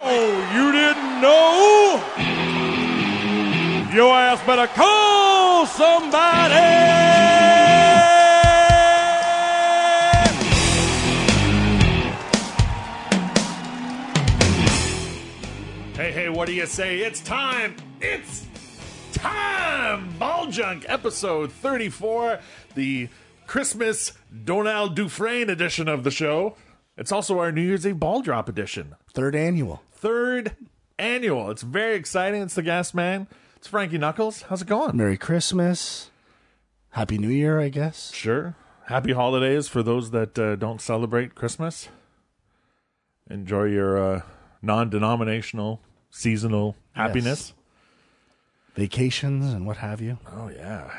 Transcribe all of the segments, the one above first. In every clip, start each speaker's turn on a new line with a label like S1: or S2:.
S1: Oh, no, your ass better call somebody. Hey, hey, what do you say? It's time. It's time. Ball Junk, episode 34, the Christmas Donald Dufresne edition of the show. It's also our New Year's Eve ball drop edition
S2: Third annual.
S1: third annual. It's very exciting. It's the Gas Man. It's Frankie Knuckles. How's it going?
S2: Merry Christmas. Happy New Year, I guess.
S1: Sure. Happy holidays for those that uh, don't celebrate Christmas. Enjoy your uh, non-denominational seasonal happiness.
S2: Vacations and what have you.
S1: Oh yeah.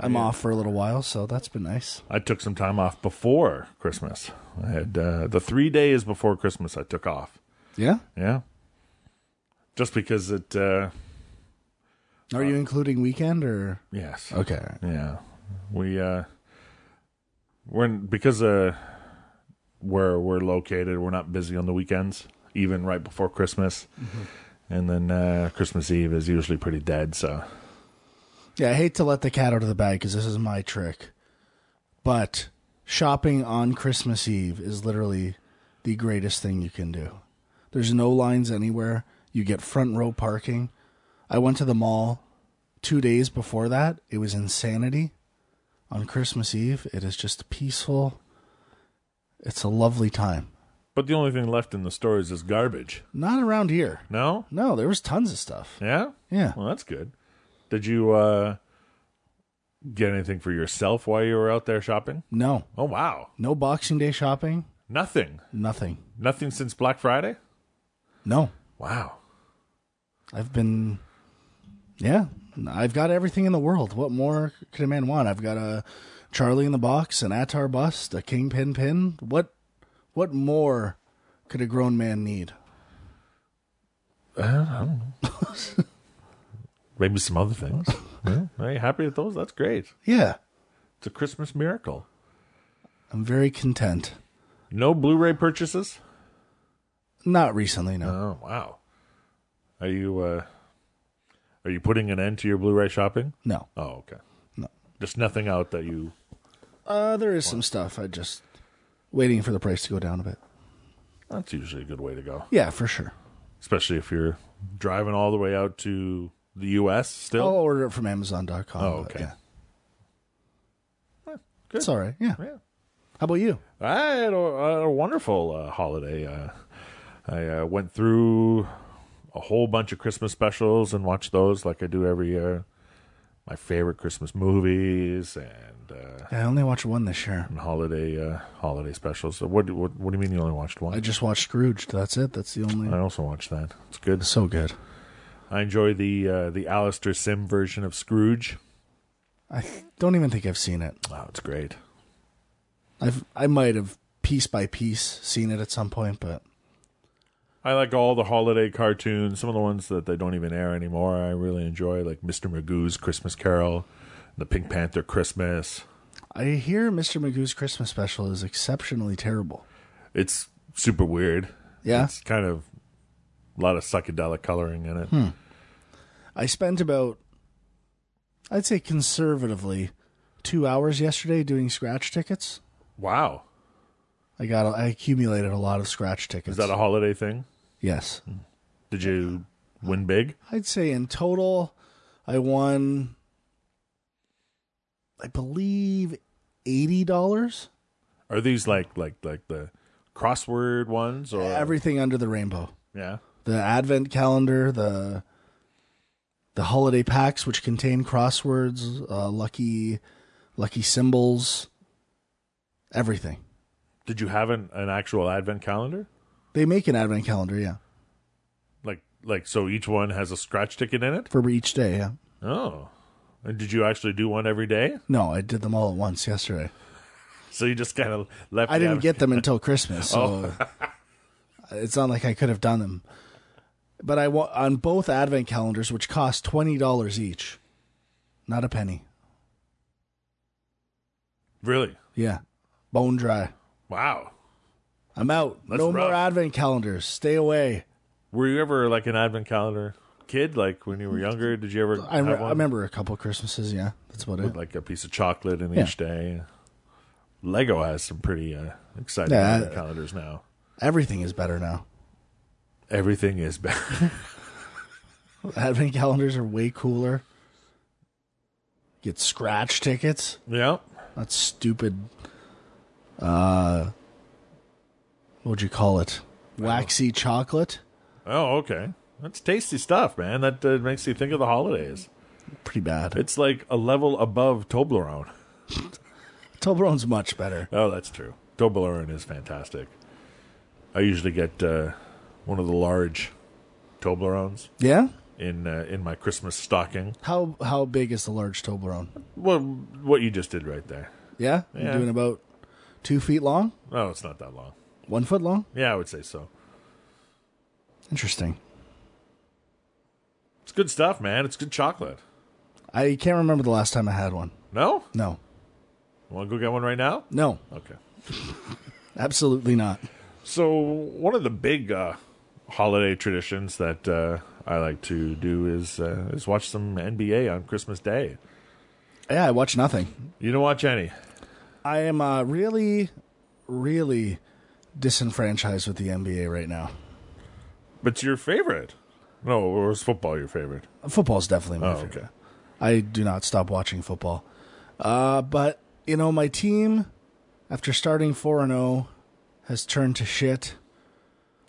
S2: I'm off for a little while, so that's been nice.
S1: I took some time off before Christmas. I had uh, the 3 days before Christmas I took off.
S2: Yeah?
S1: Yeah. Just because it uh
S2: Are you including weekend or
S1: yes.
S2: Okay.
S1: Yeah, we uh, we're in, because uh, where we're located, we're not busy on the weekends, even right before Christmas, and then uh, Christmas Eve is usually pretty dead. So
S2: Yeah, I hate to let the cat out of the bag cuz this is my trick. But shopping on Christmas Eve is literally the greatest thing you can do. There's no lines anywhere. You get front row parking. I went to the mall 2 days before that. It was insanity. On Christmas Eve, it is just peaceful. It's a lovely time.
S1: but the only thing left in the stores is garbage.
S2: Not around here.
S1: No,
S2: No, there was tons of stuff.
S1: yeah,
S2: Yeah.
S1: Well, that's good. Did you uh, get anything for yourself while you were out there shopping?
S2: No.
S1: Oh wow,
S2: No Boxing Day shopping.
S1: nothing,
S2: Nothing.
S1: nothing since Black Friday.
S2: No.
S1: Wow.
S2: I've been, yeah, I've got everything in the world. What more could a man want? I've got a Charlie in the box, an Atar bust, a kingpin pin. What, what more could a grown man need?
S1: Maybe some other things. yeah. Are you happy with those? That's great.
S2: Yeah,
S1: It's a Christmas miracle.
S2: I'm very content.
S1: No Blu-ray purchases.
S2: Not recently, no.
S1: Oh wow! Are you uh, are you putting an end to your Blu-ray shopping?
S2: No.
S1: Oh okay.
S2: No.
S1: Just nothing out that you.
S2: Uh, there is some stuff. I just waiting for the price to go down a bit.
S1: That's usually a good way to go,
S2: Yeah, for sure.
S1: especially if you're driving all the way out to the U.S.
S2: I'll
S1: Still.
S2: order it from Amazon.com.
S1: Oh,
S2: but
S1: okay.
S2: yeah.
S1: Yeah,
S2: It's all right. Yeah. How
S1: Yeah.
S2: about you?
S1: I had a, a wonderful uh, holiday. Uh, I uh, went through a whole bunch of Christmas specials and watched those like I do every year. My favorite Christmas movies and uh,
S2: I only watched one this year.
S1: and holiday uh, holiday specials. So what, what what do you mean you only watched one?
S2: I just watched Scrooge. That's it. That's the only.
S1: I also watched that. It's Uh, good.
S2: So good.
S1: I enjoy the uh, the Alistair Sim version of Scrooge.
S2: I th- don't even think I've seen it.
S1: Wow, it's great.
S2: I've I might have piece by piece seen it at some point, but
S1: I like all the holiday cartoons. Some of the ones that they don't even air anymore. I really enjoy like Mr. Magoo's Christmas Carol, The Pink Panther Christmas.
S2: I hear Mr. Magoo's Christmas special is exceptionally terrible.
S1: It's super weird.
S2: Yeah.
S1: it's kind of a lot of psychedelic coloring in it.
S2: Hmm. I spent about I'd say conservatively 2 hours yesterday doing scratch tickets.
S1: Wow,
S2: I got I accumulated a lot of scratch tickets.
S1: is that a Mm-hmm. holiday thing?
S2: yes.
S1: Did you win big?
S2: I'd say in total I won I believe $80
S1: Are these like like like the crossword ones or
S2: everything under the rainbow.
S1: yeah?
S2: the advent calendar, the the holiday packs which contain crosswords, uh, lucky lucky symbols, everything.
S1: Did you have an, an actual advent calendar?
S2: They make an advent calendar, yeah,
S1: Like like so each one has a scratch ticket in it?
S2: for each day, yeah.
S1: Oh. And did you actually do one every day?
S2: No, I did them all at once yesterday.
S1: So you just kind of left
S2: I
S1: the
S2: didn't
S1: advent-
S2: get them until Christmas, so it's not like I could have done them. But I wa- on both advent calendars, which cost twenty dollars each, not a penny.
S1: Really?
S2: Yeah, bone dry.
S1: Wow.
S2: I'm out.
S1: That's
S2: no
S1: rough.
S2: more advent calendars. Stay away.
S1: Were you ever like an advent calendar kid? Like when you were younger, did you ever?
S2: I,
S1: have
S2: re-
S1: one?
S2: I remember a couple Christmases. Yeah, that's about it.
S1: like a piece of chocolate in
S2: Yeah.
S1: each day. Lego has some pretty uh, exciting
S2: Yeah,
S1: advent
S2: I-
S1: calendars now.
S2: Everything is better now.
S1: Everything is better.
S2: Advent calendars are way cooler. Get scratch tickets.
S1: yeah.
S2: That stupid. Uh, what'd you call it? Waxy chocolate.
S1: Oh, okay. That's tasty stuff, man. That uh, makes you think of the holidays.
S2: Pretty bad.
S1: It's like a level above Toblerone.
S2: Toblerone's much better.
S1: Oh, that's true. Toblerone is fantastic. I usually get uh, one of the large Toblerones
S2: Yeah.
S1: in uh, in my Christmas stocking.
S2: How how big is the large Toblerone?
S1: Well, what you just did right there.
S2: Yeah,
S1: Yeah.
S2: You're doing about two feet long,
S1: Oh, it's not that long.
S2: one foot long.
S1: Yeah, I would say so.
S2: Interesting.
S1: It's good stuff, man. It's good chocolate.
S2: I can't remember the last time I had one.
S1: No?
S2: No,
S1: Want to go get one right now?
S2: no,
S1: Okay.
S2: absolutely not.
S1: So one of the big uh, holiday traditions that uh, I like to do is uh, is watch some NBA on Christmas Day.
S2: Yeah, I watch nothing.
S1: You don't watch any.
S2: I am uh, really, really disenfranchised with the NBA right now.
S1: But it's your favorite. No, or is football your favorite?
S2: Football's definitely my
S1: Oh,
S2: favorite.
S1: okay.
S2: I do not stop watching football. Uh, but you know, my team, after starting four and zero, has turned to shit.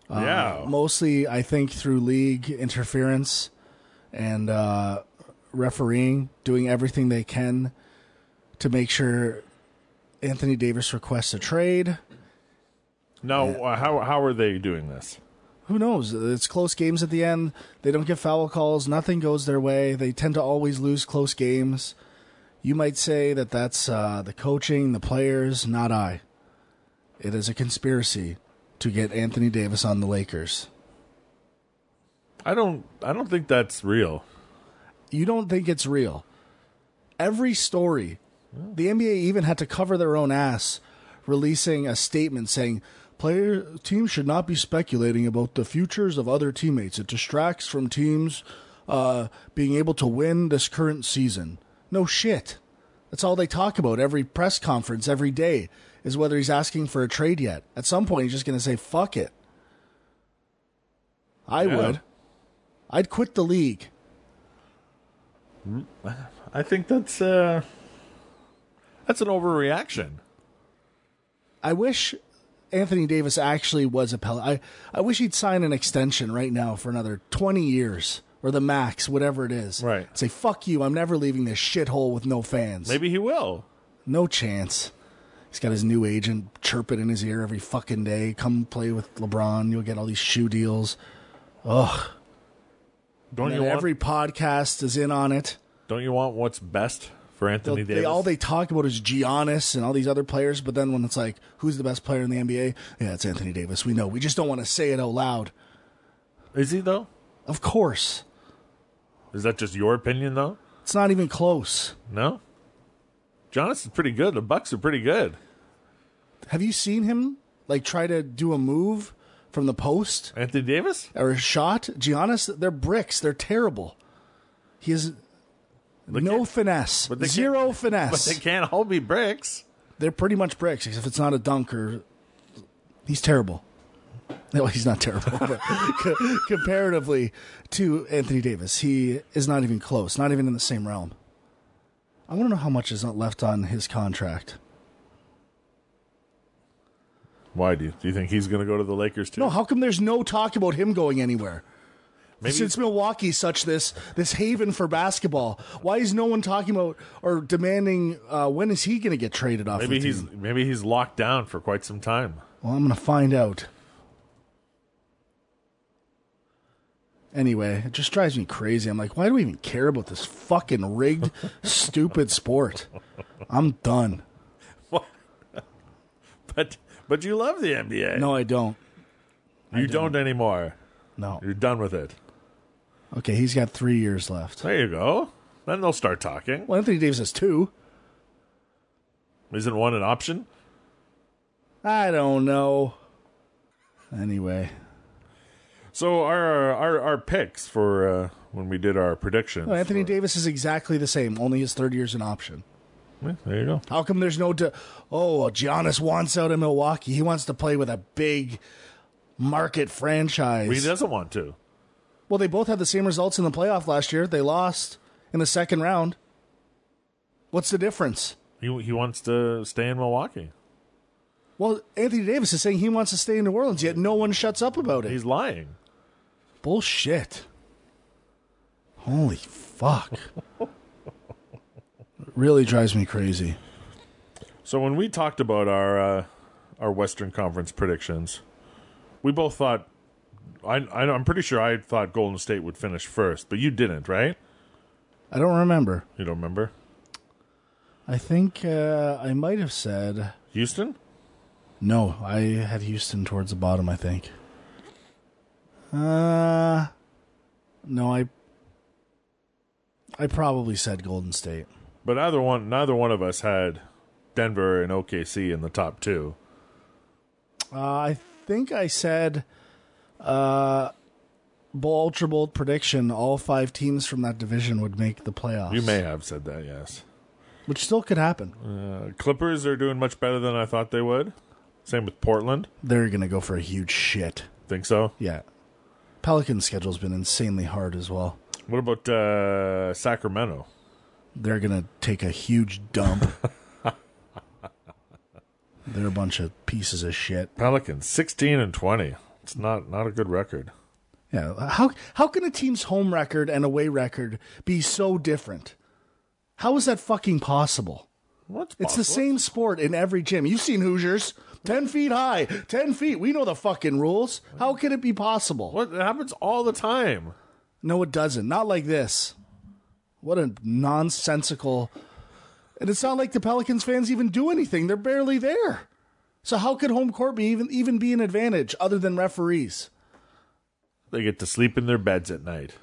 S2: Um,
S1: yeah.
S2: Uh, Mostly, I think through league interference and uh, refereeing, doing everything they can to make sure Anthony Davis requests a trade.
S1: now, uh, how how are they doing this?
S2: Who knows? It's close games at the end. They don't get foul calls. Nothing goes their way. They tend to always lose close games. You might say that that's uh, the coaching, the players, not I. It is a conspiracy to get Anthony Davis on the Lakers.
S1: I don't I don't think that's real.
S2: you don't think it's real. Every story, the NBA even had to cover their own ass, releasing a statement saying player teams should not be speculating about the futures of other teammates. It distracts from teams uh, being able to win this current season. No shit. That's all they talk about every press conference, every day, is whether he's asking for a trade yet. At some point, he's just going to say, fuck it. I
S1: Yeah.
S2: would. I'd quit the league.
S1: I think that's uh that's an overreaction.
S2: I wish Anthony Davis actually was a Pel. I, I wish he'd sign an extension right now for another 20 years or the max, whatever it is.
S1: Right.
S2: Say, fuck you. I'm never leaving this shithole with no fans.
S1: Maybe he will.
S2: No chance. He's got his new agent chirping in his ear every fucking day. Come play with LeBron. You'll get all these shoe deals.
S1: Don't you
S2: And
S1: want
S2: every podcast is in on it.
S1: Don't you want what's best for Anthony
S2: They,
S1: Davis?
S2: all they talk about is Giannis and all these other players, but then when it's like, who's the best player in the NBA? Yeah, it's Anthony Davis. We know. We just don't want to say it out loud.
S1: Is he though?
S2: Of course.
S1: Is that just your opinion though?
S2: It's not even close.
S1: No. Johnson's pretty good. The Bucks are pretty good.
S2: Have you seen him like try to do a move from the post
S1: Anthony Davis?
S2: or a shot? Giannis, they're bricks. They're terrible. He has no
S1: can't-
S2: finesse,
S1: but they
S2: zero
S1: But
S2: finesse.
S1: they can't all be bricks.
S2: They, are pretty much bricks, except it's not a dunk or he's terrible. No, he's not terrible, but co- comparatively to Anthony Davis, he is not even close. Not even in the same realm. I want to know how much is left on his contract.
S1: Why do you, do you think he's going to go to the Lakers too?
S2: No, how come there's no talk about him going anywhere?
S1: Maybe-
S2: Since Milwaukee such this this haven for basketball, why is no one talking about or demanding uh, when is he going to get traded off?
S1: maybe
S2: the
S1: he's
S2: team?
S1: maybe he's locked down for quite some time.
S2: Well, I'm going to find out. Anyway, it just drives me crazy. I'm like, why do we even care about this fucking rigged, stupid sport? I'm done.
S1: But but you love the NBA.
S2: No, I don't.
S1: you don't. anymore.
S2: No.
S1: You're done with it.
S2: Okay, he's got three years left.
S1: There you go. Then they'll start talking.
S2: Well, Anthony Davis has two.
S1: Isn't one an option?
S2: I don't know. Anyway,
S1: So our our our picks for uh, when we did our predictions.
S2: No, Anthony Davis is exactly the same, only his third year's an option.
S1: Yeah, there you go.
S2: How come there's no? De- oh, well, Giannis wants out of Milwaukee. He wants to play with a big market franchise.
S1: He doesn't want to.
S2: well, they both had the same results in the playoff last year. They lost in the second round. What's the difference?
S1: He he wants to stay in Milwaukee.
S2: Well, Anthony Davis is saying he wants to stay in New Orleans, yet no one shuts up about it.
S1: He's lying.
S2: Bullshit. Holy fuck. really drives me crazy.
S1: So when we talked about our uh, our Western Conference predictions, we both thought. I, I I'm pretty sure I thought Golden State would finish first, but you didn't, right?
S2: I don't remember.
S1: You don't remember
S2: I think uh, I might have said
S1: Houston?
S2: no. I had Houston towards the bottom. I think. Uh, no. I I probably said Golden State.
S1: But either one, neither one of us had Denver and OKC in the top two.
S2: Uh, I think I said uh, Bull Ultra Bold prediction: all five teams from that division would make the playoffs.
S1: You may have said that, yes.
S2: which still could happen.
S1: Uh, Clippers are doing much better than I thought they would. Same with Portland.
S2: They're gonna go for a huge shit.
S1: Think so?
S2: Yeah. Pelican's schedule's been insanely hard as well.
S1: What about uh, Sacramento?
S2: They're gonna take a huge dump. They're a bunch of pieces of shit.
S1: Pelicans, sixteen and twenty. It's not not a good record.
S2: Yeah. How how can a team's home record and away record be so different? How is that fucking possible?
S1: What's
S2: It's the same sport in every gym. You've seen Hoosiers. Ten feet high. Ten feet. We know the fucking rules. How can it be possible?
S1: What it happens all the time?
S2: No, it doesn't. Not like this. What a nonsensical. And it's not like the Pelicans fans even do anything. They're barely there. So how could home court be even even be an advantage other than referees?
S1: They get to sleep in their beds at night.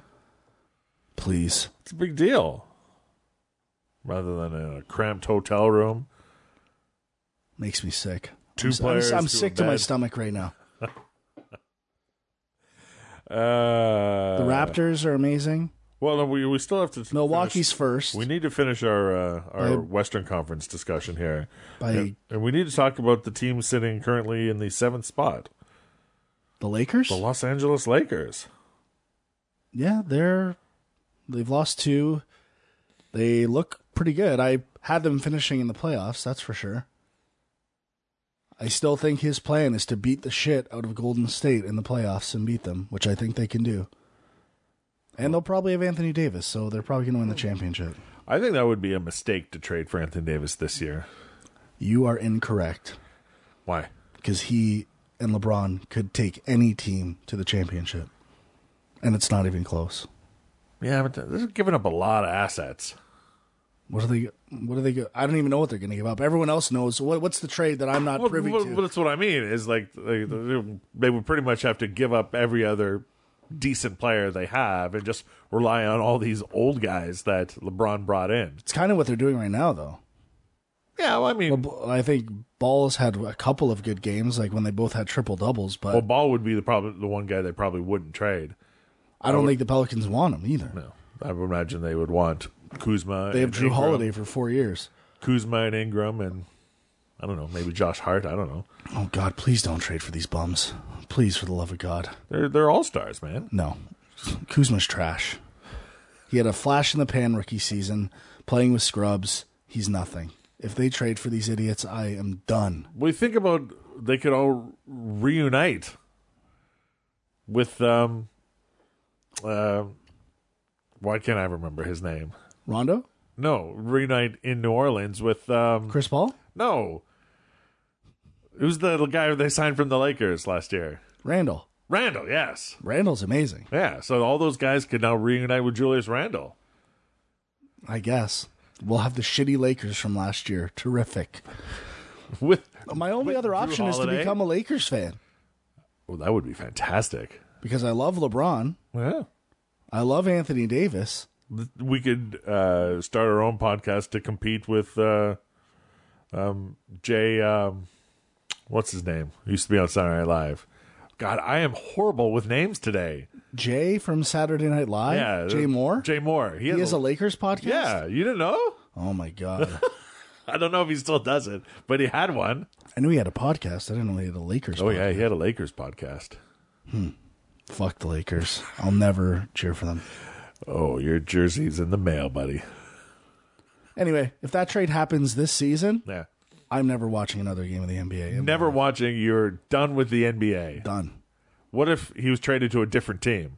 S2: Please.
S1: It's a big deal. Rather than in a cramped hotel room.
S2: Makes me sick.
S1: Two
S2: I'm, s- I'm
S1: players
S2: s- I'm
S1: to a
S2: sick to my
S1: bed.
S2: stomach right now.
S1: Uh,
S2: The Raptors are amazing.
S1: Well, no, we we still have to finish-
S2: Milwaukee's first
S1: We need to finish our uh, our
S2: By-
S1: Western Conference discussion here,
S2: by
S1: and, and we need to talk about the team sitting currently in the seventh spot,
S2: the Lakers.
S1: the Los Angeles Lakers.
S2: yeah, they're they've lost two. They look pretty good. I had them finishing in the playoffs, that's for sure. I still think his plan is to beat the shit out of Golden State in the playoffs and beat them, which I think they can do. And they'll probably have Anthony Davis, so they're probably going to win the championship.
S1: I think that would be a mistake to trade for Anthony Davis this year.
S2: You are incorrect
S1: Why?
S2: because he and LeBron could take any team to the championship, and it's not even close.
S1: Yeah, but they're giving up a lot of assets.
S2: What are they? What are they? go- I don't even know what they're going to give up. Everyone else knows. What, what's the trade that I'm not
S1: Well,
S2: privy
S1: well,
S2: to?
S1: well, that's what I mean. Is like they, they would pretty much have to give up every other decent player they have and just rely on all these old guys that LeBron brought in.
S2: it's kind of what they're doing right now, though.
S1: Yeah, well, I mean,
S2: B- I think Ball's had a couple of good games, like when they both had triple doubles. But
S1: Well, Ball would be the probably the one guy they probably wouldn't trade.
S2: I don't think the Pelicans want him either.
S1: No, I would imagine they would want Kuzma.
S2: They have
S1: and
S2: Drew
S1: Ingram.
S2: Holiday for four years.
S1: Kuzma and Ingram, and I don't know, maybe Josh Hart. I don't know.
S2: Oh God, please don't trade for these bums. Please, for the love of God,
S1: They're they're all stars, man.
S2: no. Kuzma's trash. He had a flash in the pan rookie season, playing with scrubs. He's nothing. If they trade for these idiots, I am done.
S1: We think about they could all reunite with um uh why can't I remember his name?
S2: Rondo,
S1: No, reunite in New Orleans with um
S2: Chris Paul,
S1: no. Who's the guy they signed from the Lakers last year?
S2: Randall.
S1: Randall, yes.
S2: Randall's amazing,
S1: Yeah, so all those guys could now reunite with Julius Randle.
S2: I guess. We'll have the shitty Lakers from last year. Terrific.
S1: With
S2: My only
S1: With
S2: other
S1: Drew
S2: option is to
S1: Holiday?
S2: become a Lakers fan
S1: oh, that would be fantastic.
S2: because I love LeBron.
S1: Yeah,
S2: I love Anthony Davis.
S1: we could uh, start our own podcast to compete with uh, um, Jay. Um, what's his name? He used to be on Saturday Night Live. God, I am horrible with names today.
S2: Jay from Saturday Night Live.
S1: Yeah, uh,
S2: Jay Moore.
S1: Jay Moore. He,
S2: he
S1: has
S2: has a Lakers podcast.
S1: yeah. You didn't know?
S2: Oh my god.
S1: I don't know if he still does it, but he had one.
S2: I knew he had a podcast. I didn't know he had a Lakers.
S1: Oh
S2: pod-
S1: yeah, he had a Lakers podcast.
S2: Fuck the Lakers. I'll never cheer for them.
S1: Oh, your jersey's in the mail, buddy.
S2: Anyway, if that trade happens this season,
S1: Yeah.
S2: I'm never watching another game of the NBA. I'm
S1: Never watching. You're done with the NBA.
S2: done.
S1: What if he was traded to a different team?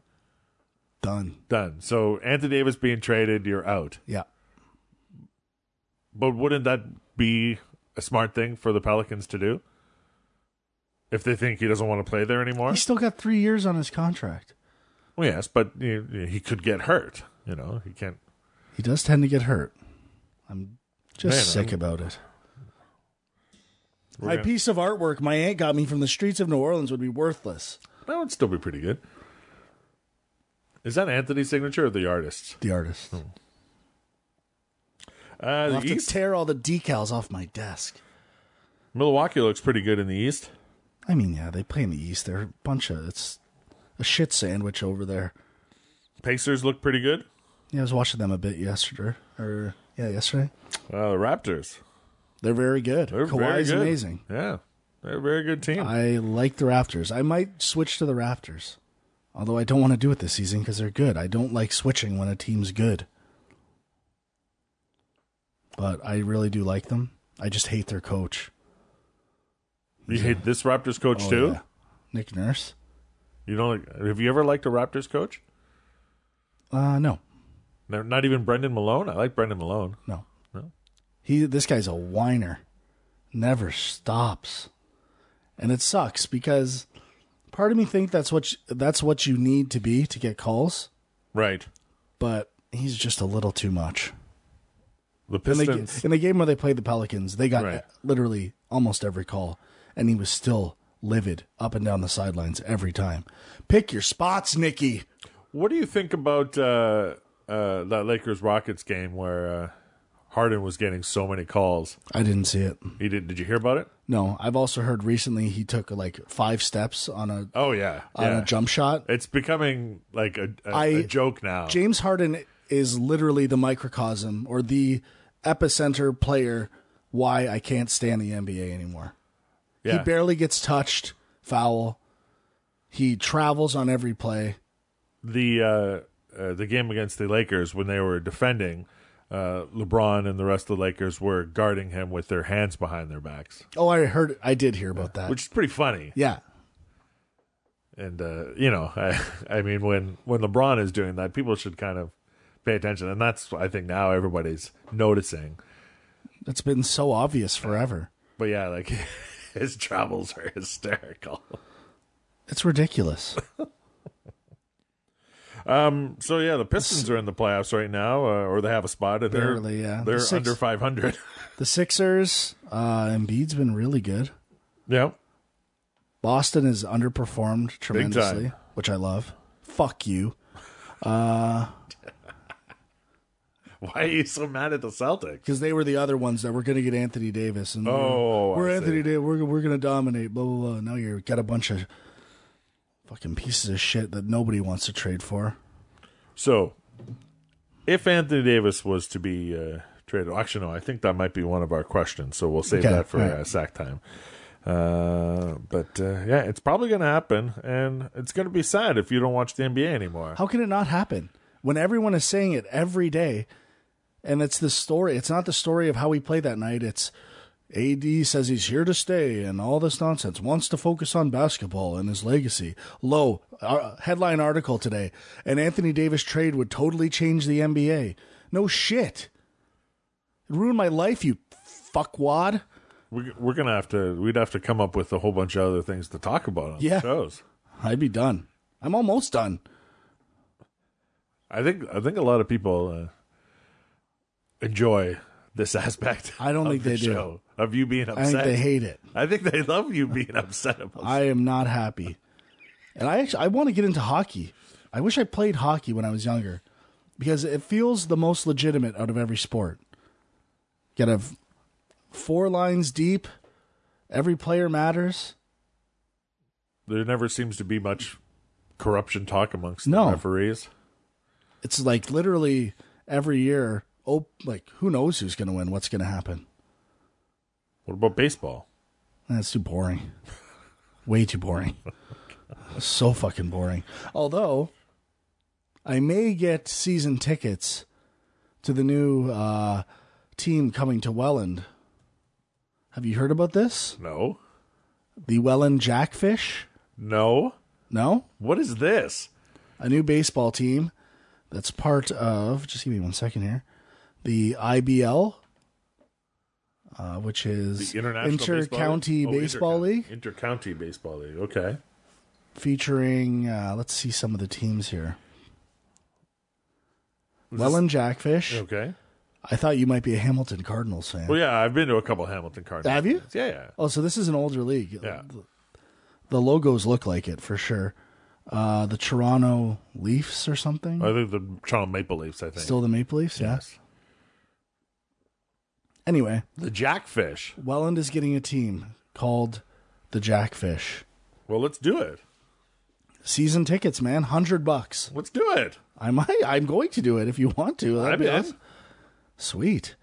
S2: Done.
S1: Done. So Anthony Davis being traded, you're out.
S2: Yeah.
S1: But wouldn't that be a smart thing for the Pelicans to do? If they think he doesn't want to play there anymore?
S2: He's still got three years on his contract.
S1: Well, yes, but you know, he could get hurt. You know, he can't.
S2: He does tend to get hurt. I'm just
S1: Man,
S2: sick
S1: I'm-
S2: about it.
S1: we're
S2: My
S1: gonna-
S2: piece of artwork my aunt got me from the streets of New Orleans would be worthless.
S1: That would still be pretty good. Is that Anthony's signature or the artist's?
S2: The artist.
S1: Uh,
S2: I'll
S1: Hmm. the
S2: have to
S1: East.
S2: tear all Uh, the decals off my desk.
S1: Milwaukee looks pretty good in the East.
S2: I mean, yeah, they play in the East. They're a bunch of it's a shit sandwich over there.
S1: Pacers look pretty good.
S2: Yeah, I was watching them a bit yesterday, or yeah, yesterday.
S1: Uh, the Raptors.
S2: They're very good.
S1: They're very
S2: Kawhi's
S1: good.
S2: amazing.
S1: Yeah. They're a very good team.
S2: I like the Raptors. I might switch to the Raptors, although I don't want to do it this season because they're good. I don't like switching when a team's good, but I really do like them. I just hate their coach
S1: you hate this Raptors coach
S2: Oh,
S1: too?
S2: yeah. Nick Nurse.
S1: You don't like, have you ever liked a Raptors coach?
S2: Uh, no,
S1: No, Not even Brendan Malone. I like Brendan Malone.
S2: no,
S1: No?
S2: He, this guy's a whiner, never stops, and it sucks because part of me think that's what you, that's what you need to be to get calls,
S1: Right.
S2: but he's just a little too much.
S1: The
S2: In the,
S1: Pistons.
S2: in the game where they played the Pelicans, they got
S1: Right.
S2: literally almost every call, and he was still livid up and down the sidelines every time. Pick your spots, Nikki.
S1: What do you think about uh, uh, that Lakers Rockets game where uh, Harden was getting so many calls?
S2: I didn't see it.
S1: He did. Did you hear about it?
S2: No, I've also heard recently he took like five steps on a
S1: Oh yeah,
S2: on
S1: yeah.
S2: a jump shot.
S1: It's becoming like a a-
S2: I-
S1: a joke now.
S2: James Harden is literally the microcosm or the epicenter player why I can't stand the NBA anymore.
S1: yeah.
S2: He barely gets touched, foul. He travels on every play.
S1: the uh, uh, the game against the Lakers when they were defending, uh, LeBron and the rest of the Lakers were guarding him with their hands behind their backs,
S2: Oh, I heard I did hear about that.
S1: which is pretty funny.
S2: yeah.
S1: And uh, you know, I I mean, when when LeBron is doing that, people should kind of pay attention, and that's I think now everybody's noticing.
S2: It's been so obvious forever.
S1: But yeah, like his travels are hysterical.
S2: It's ridiculous.
S1: So yeah, the Pistons are in the playoffs right now, uh, or they have a spot, and they're
S2: Barely, yeah.
S1: they're
S2: The six-
S1: under five hundred.
S2: the Sixers, uh Embiid's been really good.
S1: yeah,
S2: Boston has underperformed
S1: time.
S2: tremendously, which I love. Fuck you.
S1: why are you so mad at the Celtics?
S2: because they were the other ones that were going to get Anthony Davis. And
S1: Oh,
S2: we're, we're
S1: I
S2: Anthony Davis. We're we're going to dominate. Blah blah blah. Now you've got a bunch of fucking pieces of shit that nobody wants to trade for.
S1: So, if Anthony Davis was to be uh, traded, actually, no, I think that might be one of our questions. So we'll save
S2: Okay,
S1: that for
S2: all right.
S1: uh, sack time. Uh, but uh, yeah, it's probably going to happen, and it's going to be sad if you don't watch the NBA anymore.
S2: How can it not happen when everyone is saying it every day? And it's the story. It's not the story of how we played that night. It's AD says he's here to stay and all this nonsense. Wants to focus on basketball and his legacy. Low uh, headline article today. An Anthony Davis trade would totally change the NBA. No shit. It ruined my life, you fuckwad.
S1: We're, we're going to have to. We'd have to come up with a whole bunch of other things to talk about on
S2: Yeah.
S1: the shows.
S2: I'd be done. I'm almost done.
S1: I think. I think a lot of people uh, enjoy this aspect.
S2: I don't
S1: of
S2: think
S1: the
S2: they do.
S1: show, Of you being
S2: I think
S1: upset.
S2: they hate it.
S1: I think they love you being upset about
S2: I am not happy. And I actually I want to get into hockey. I wish I played hockey when I was younger because it feels the most legitimate out of every sport. Got to have four lines deep. Every player matters.
S1: There never seems to be much corruption talk amongst
S2: No.
S1: the referees.
S2: It's like literally every year. Oh, like who knows who's going to win? What's going to happen?
S1: What about baseball?
S2: That's too boring. Way too boring. so fucking boring. Although, I may get season tickets to the new uh, team coming to Welland. Have you heard about this?
S1: No.
S2: The Welland Jackfish?
S1: No.
S2: No?
S1: What is this?
S2: A new baseball team that's part of, just give me one second here, the IBL, uh, which is
S1: The International Baseball
S2: Inter-County
S1: League? Oh,
S2: Baseball
S1: intercoun-
S2: League.
S1: Inter-county Baseball League. Okay.
S2: featuring uh, let's see some of the teams here.
S1: Was
S2: Welland Jackfish.
S1: Okay.
S2: I thought you might be a Hamilton Cardinals fan.
S1: Well, yeah, I've been to a couple Hamilton Cardinals.
S2: Have you?
S1: games. Yeah, yeah.
S2: Oh, so this is an older league.
S1: Yeah.
S2: The, the logos look like it for sure. Uh, the Toronto Leafs or something.
S1: I think the Toronto Maple Leafs, I think.
S2: Still the Maple Leafs. Yeah. Anyway,
S1: The Jackfish.
S2: Welland is getting a team called the Jackfish.
S1: Well, let's do it.
S2: Season tickets, man, hundred bucks.
S1: Let's do it.
S2: I might. I'm going to do it if you want to. That'd
S1: I'm
S2: be
S1: in.
S2: awesome. Sweet.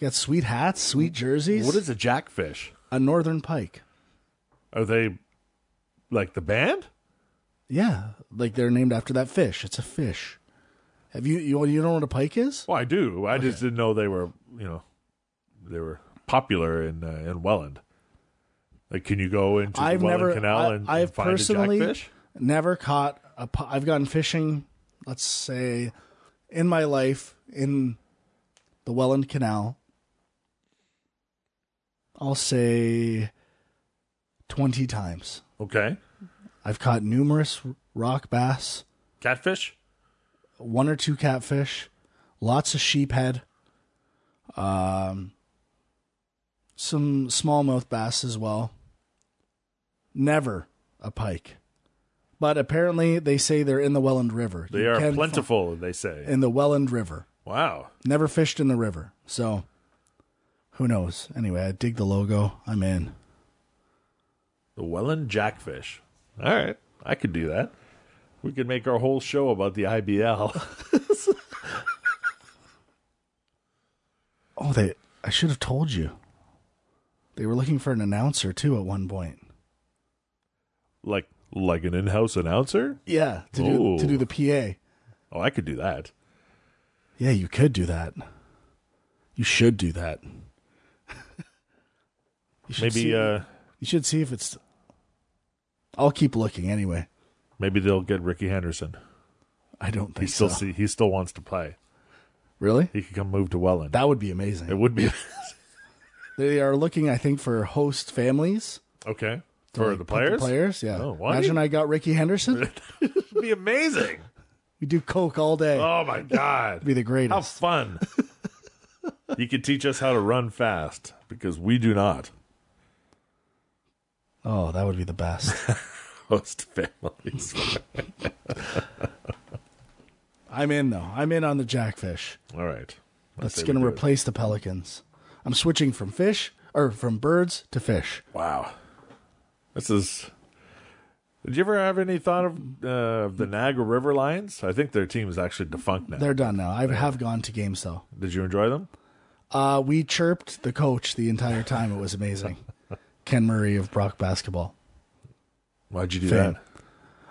S2: You got sweet hats, sweet jerseys.
S1: What is a Jackfish?
S2: a northern pike.
S1: Are they like the band?
S2: Yeah, like they're named after that fish. It's a fish. Have you you you know what a pike is?
S1: Well, I do. I just didn't know they were, you know, they were popular in uh, in Welland. Like, can you go into
S2: I've
S1: the Welland
S2: never-
S1: Canal
S2: I-
S1: and, and
S2: I've
S1: find
S2: personally-
S1: a Jackfish?
S2: Never caught a. pi- I've gone fishing, let's say, in my life in the Welland Canal. I'll say twenty times.
S1: Okay.
S2: I've caught numerous rock bass,
S1: Catfish?
S2: one or two catfish, lots of sheephead, um, some smallmouth bass as well. Never a pike, but apparently they say they're in the Welland River.
S1: They
S2: You
S1: are
S2: can
S1: plentiful, they say.
S2: fi- in the Welland River.
S1: wow.
S2: Never fished in the river, so who knows? Anyway, I dig the logo. I'm in.
S1: The Welland Jackfish. All right. I could do that. We could make our whole show about the IBL.
S2: Oh, they! I should have told you. They were looking for an announcer too at one point.
S1: like like an in-house announcer?
S2: Yeah, to do
S1: Ooh.
S2: to do the PA.
S1: Oh, I could do that.
S2: Yeah, you could do that. You should do that. you should
S1: Maybe
S2: see,
S1: uh
S2: you should see if it's. I'll keep looking anyway.
S1: maybe they'll get Ricky Henderson.
S2: I don't think
S1: He still
S2: so.
S1: see he still wants to play.
S2: really?
S1: He could come move to Welland.
S2: That would be
S1: it
S2: amazing.
S1: would be
S2: They are looking, I think, for host families
S1: Okay. For
S2: Like,
S1: the
S2: put the
S1: players?
S2: players, yeah.
S1: Oh, why?
S2: Imagine I got Ricky Henderson.
S1: It'd be amazing.
S2: we do coke all day.
S1: Oh my god.
S2: Be the greatest.
S1: How fun. you could teach us how to run fast because we do not.
S2: oh, that would be the best.
S1: Host families.
S2: I'm in though. I'm in on the jackfish.
S1: All right. I
S2: That's
S1: say we
S2: going to
S1: do it.
S2: replace the pelicans. I'm switching from fish or from birds to fish.
S1: Wow. This is. Did you ever have any thought of uh, of the Niagara River Lions? I think their team is actually defunct now.
S2: They're done now. I have gone to games though.
S1: Did you enjoy them?
S2: Uh, we chirped the coach the entire time. It was amazing. Ken Murray of Brock Basketball.
S1: Why'd you do
S2: Fan.
S1: that?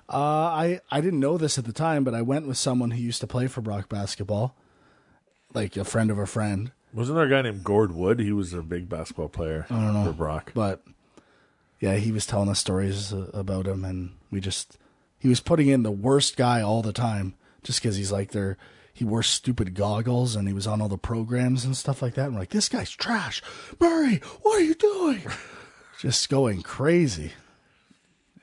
S2: Uh, I I didn't know this at the time, but I went with someone who used to play for Brock Basketball, like a friend of a friend.
S1: Wasn't there a guy named Gord Wood? He was a big basketball player for Brock.
S2: But yeah, he was telling us stories uh, about him, and we just he was putting in the worst guy all the time, just because he's like there. He wore stupid goggles and he was on all the programs and stuff like that. And we're like, this guy's trash. Murray, what are you doing? just going crazy.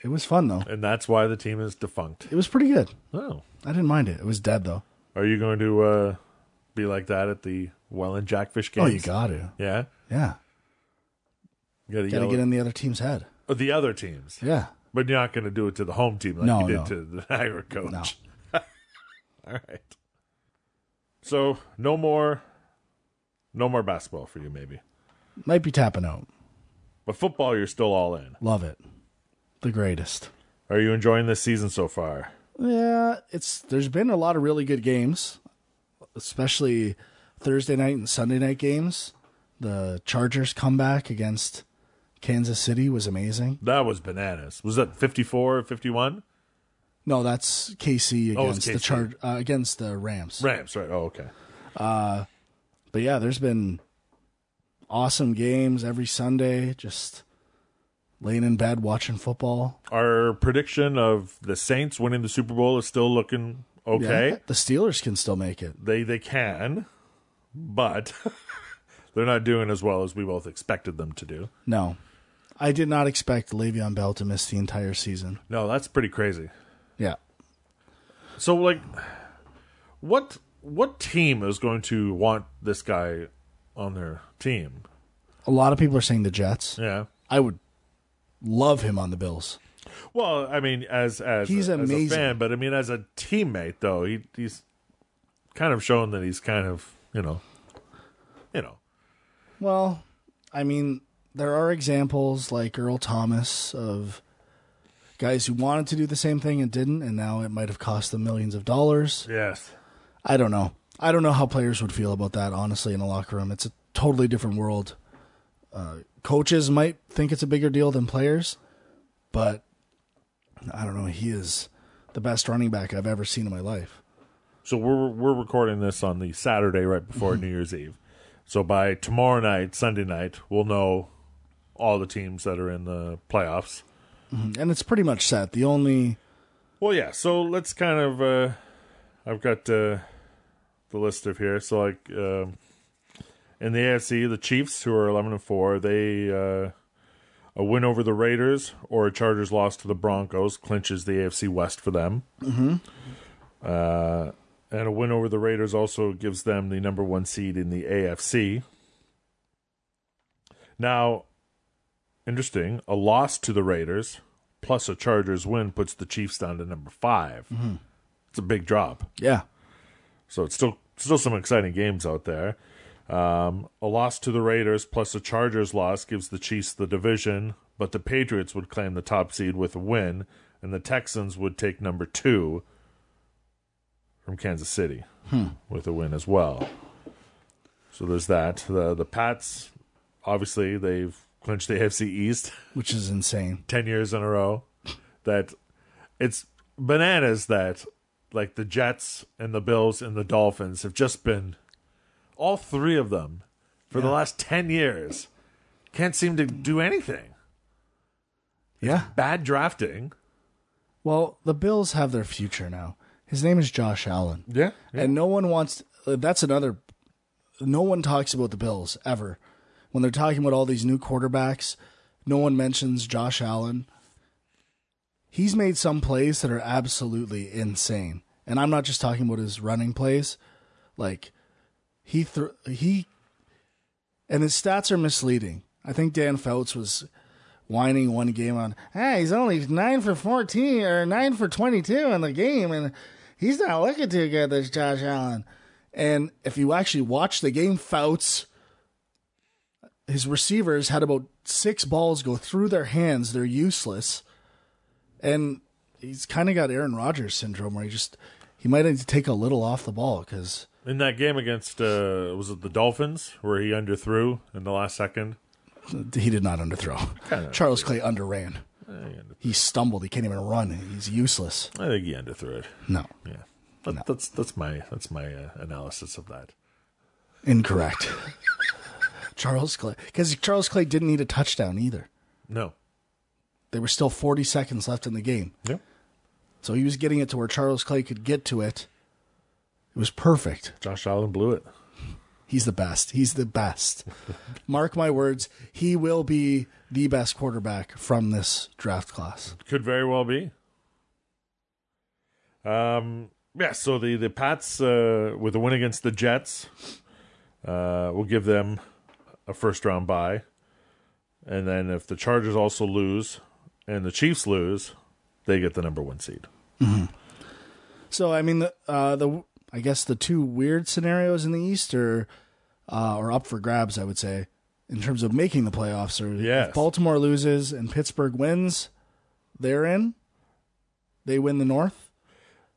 S2: It was fun though.
S1: And that's why the team is defunct.
S2: It was pretty good.
S1: Oh.
S2: I didn't mind it. It was dead though.
S1: Are you going to uh, be like that at the Welland Jackfish games?
S2: Oh, you got to.
S1: Yeah?
S2: Yeah.
S1: You gotta
S2: Got to
S1: yell
S2: get
S1: at-
S2: in the other team's head.
S1: Oh, the other teams.
S2: Yeah.
S1: But you're not going to do it to the home team like
S2: No,
S1: you did
S2: no.
S1: to the Niagara coach.
S2: No.
S1: All right. So no more, no more basketball for you, maybe.
S2: Might be tapping out.
S1: But football, you're still all in.
S2: Love it. The greatest.
S1: Are you enjoying this season so far?
S2: Yeah, it's there's been a lot of really good games, especially Thursday night and Sunday night games. The Chargers comeback against Kansas City was amazing.
S1: That was bananas. Was that 54 51?
S2: No, that's KC
S1: Oh, it's
S2: against the
S1: KC.
S2: Char- uh, against the Rams.
S1: Rams, right. Oh, okay.
S2: But yeah, there's been awesome games every Sunday. Just laying in bed watching football.
S1: Our prediction of the Saints winning the Super Bowl is still looking okay.
S2: Yeah, the Steelers can still make it.
S1: They they can, but they're not doing as well as we both expected them to do.
S2: No, I did not expect Le'Veon Bell to miss the entire season.
S1: No, that's pretty crazy.
S2: Yeah.
S1: So like what what team is going to want this guy on their team?
S2: A lot of people are saying the Jets.
S1: Yeah.
S2: I would love him on the Bills.
S1: Well, I mean as as
S2: He's
S1: as a
S2: amazing.
S1: fan, but I mean as a teammate though, he he's kind of shown that he's kind of, you know, you know.
S2: Well, I mean, there are examples like Earl Thomas of guys who wanted to do the same thing and didn't, and now it might have cost them millions of dollars.
S1: Yes.
S2: I don't know. I don't know how players would feel about that, honestly, in a locker room. It's a totally different world. Uh, coaches might think it's a bigger deal than players, but I don't know. He is the best running back I've ever seen in my life.
S1: So we're we're recording this on the Saturday right before New Year's Eve. So by tomorrow night, Sunday night, we'll know all the teams that are in the playoffs.
S2: And it's pretty much set. The only
S1: Well, yeah. So let's kind of. Uh, I've got uh, the list of here. So like um, in the AFC, the Chiefs, who are eleven and four, they uh, a win over the Raiders or a Chargers loss to the Broncos clinches the AFC West for them. Mm-hmm. Uh, and a win over the Raiders also gives them the number one seed in the AFC. Now, interesting. A loss to the Raiders plus a Chargers win puts the Chiefs down to number 5 It's a big drop.
S2: yeah,
S1: So it's still still some exciting games out there. Um, a loss to the Raiders plus a Chargers loss gives the Chiefs the division, but the Patriots would claim the top seed with a win, and the Texans would take number two from Kansas City with a win as well. So there's that. The the Pats, obviously, they've clinched the AFC East.
S2: which is insane.
S1: 10 years in a row that it's bananas that like the Jets and the Bills and the Dolphins have just been all three of them for the last 10 years can't seem to do anything.
S2: Yeah.
S1: Bad drafting.
S2: Well, the Bills have their future now. His name is Josh Allen.
S1: Yeah.
S2: And no one wants uh, that's another no one talks about the Bills ever. When they're talking about all these new quarterbacks, no one mentions Josh Allen. He's made some plays that are absolutely insane. And I'm not just talking about his running plays. Like he thr he and his stats are misleading. I think Dan Fouts was whining one game on, hey, he's only nine for fourteen or nine for twenty two in the game, and he's not looking too good. This Josh Allen, and if you actually watch the game, Fouts, his receivers had about six balls go through their hands. They're useless, and he's kind of got Aaron Rodgers syndrome, where he just he might need to take a little off the ball because
S1: In that game against uh was it the Dolphins where he underthrew in the last second?
S2: he did not underthrow. Charles Clay underran. He stumbled. He can't even run. He's useless.
S1: I think he underthrew it.
S2: No.
S1: Yeah. That, That's that's my that's my uh, analysis of that.
S2: Incorrect. Charles Clay, because Charles Clay didn't need a touchdown either.
S1: No.
S2: There were still 40 seconds left in the game,
S1: Yeah.
S2: so he was getting it to where Charles Clay could get to it. It was perfect.
S1: Josh Allen blew it.
S2: He's the best. He's the best. Mark my words, he will be the best quarterback from this draft class.
S1: Could very well be. Um, yeah, so the, the Pats, uh, with a win against the Jets, uh, will give them a first round bye. And then if the Chargers also lose and the Chiefs lose, they get the number one seed.
S2: So I mean, the uh, the I guess the two weird scenarios in the East are uh, are up for grabs. I would say in terms of making the playoffs. Or
S1: Yes.
S2: if Baltimore loses and Pittsburgh wins, they're in. They win the North.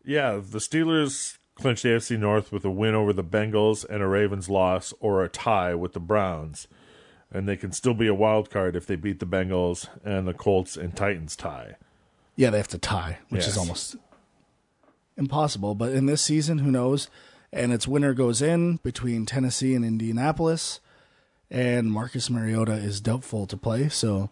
S1: Yeah, the Steelers clinched the AFC North with a win over the Bengals and a Ravens loss or a tie with the Browns. And they can still be a wild card if they beat the Bengals and the Colts and Titans tie.
S2: Yeah, they have to tie, which
S1: Yes.
S2: is almost impossible. But in this season, who knows? And its winner goes in between Tennessee and Indianapolis, and Marcus Mariota is doubtful to play, so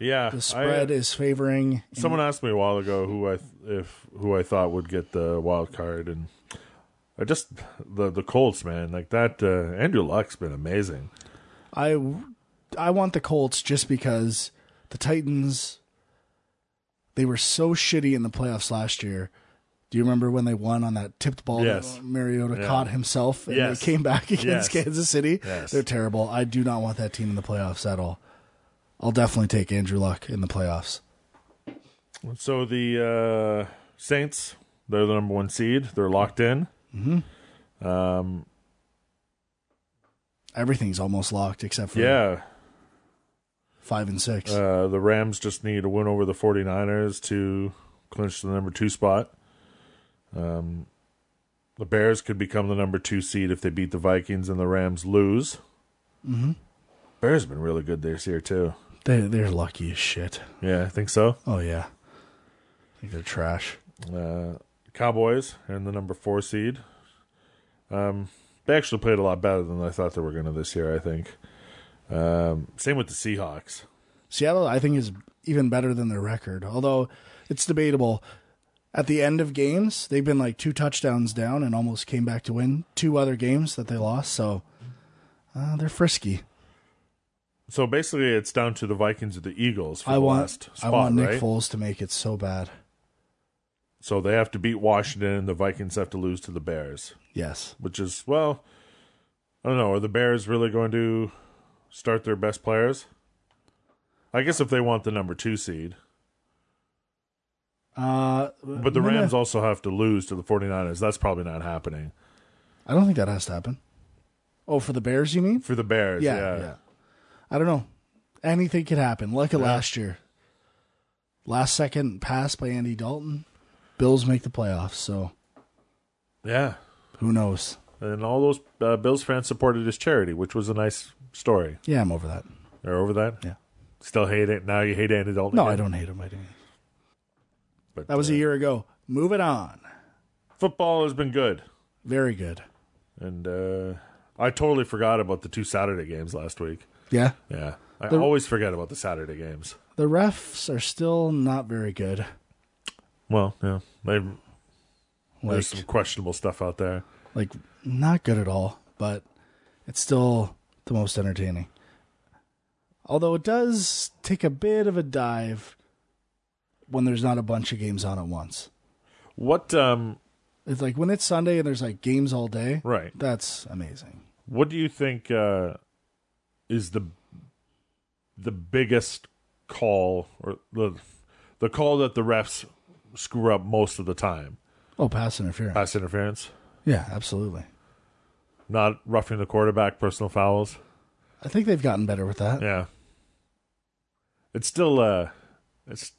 S1: Yeah,
S2: the spread
S1: I, uh,
S2: is favoring.
S1: someone asked me a while ago who I th- if who I thought would get the wild card, and I just the the Colts, man, like that. Uh, Andrew Luck's been amazing.
S2: I, I want the Colts just because the Titans. They were so shitty in the playoffs last year. Do you remember when they won on that tipped ball
S1: Yes.
S2: that Mariota caught himself and
S1: Yes.
S2: they came back against
S1: Yes.
S2: Kansas City?
S1: Yes.
S2: They're terrible. I do not want that team in the playoffs at all. I'll definitely take Andrew Luck in the playoffs.
S1: So the uh, Saints, they're the number one seed. They're locked in.
S2: Mm-hmm.
S1: Um,
S2: Everything's almost locked except for
S1: Yeah,
S2: five and six.
S1: Uh, the Rams just need a win over the 49ers to clinch the number two spot. Um, the Bears could become the number two seed if they beat the Vikings and the Rams lose. Mm-hmm. Bears have been really good this year, too.
S2: they they're lucky as shit.
S1: Yeah, I think so.
S2: Oh yeah, I think they're trash.
S1: Uh, Cowboys and the number four seed. Um, they actually played a lot better than I thought they were going to this year, I think. Um, same with the Seahawks.
S2: Seattle, I think, is even better than their record, although it's debatable. At the end of games, they've been like two touchdowns down and almost came back to win two other games that they lost. So uh, they're frisky.
S1: So basically, it's down to the Vikings or the Eagles for
S2: I
S1: the
S2: want,
S1: last spot,
S2: I want Nick
S1: right?
S2: Foles to make it so bad.
S1: So they have to beat Washington, and the Vikings have to lose to the Bears,
S2: Yes.
S1: which is well, I don't know. Are the Bears really going to start their best players? I guess if they want the number two seed,
S2: Uh,
S1: but the Rams also have to lose to the 49ers. That's probably not happening
S2: I don't think that has to happen. Oh, for the Bears, you mean?
S1: for the Bears.
S2: Yeah,
S1: Yeah,
S2: yeah. I don't know. Anything could happen. Look at last year. Last second pass by Andy Dalton. Bills make the playoffs. So
S1: Yeah.
S2: who knows?
S1: And all those uh, Bills fans supported his charity, which was a nice story.
S2: Yeah, I'm over that.
S1: They're over that.
S2: Yeah.
S1: Still hate it. Now you hate Andy Dalton.
S2: No,
S1: again?
S2: I don't hate him. I didn't.
S1: But,
S2: That was
S1: uh,
S2: e- a year ago. Move it on.
S1: football has been good.
S2: Very good.
S1: And uh, I totally forgot about the two Saturday games last week.
S2: Yeah.
S1: Yeah. I always forget about the Saturday games.
S2: The refs are still not very good.
S1: Well, yeah. They,
S2: Like,
S1: there's some questionable stuff out there.
S2: like not good at all, but it's still the most entertaining. Although it does take a bit of a dive when there's not a bunch of games on at once.
S1: What um
S2: It's like when it's Sunday and there's like games all day.
S1: right.
S2: That's amazing.
S1: What do you think uh is the the biggest call or the the call that the refs screw up most of the time?
S2: Oh, pass interference.
S1: Pass interference,
S2: yeah, absolutely.
S1: not roughing the quarterback, personal fouls.
S2: I think they've gotten better with that.
S1: Yeah. It's still uh it's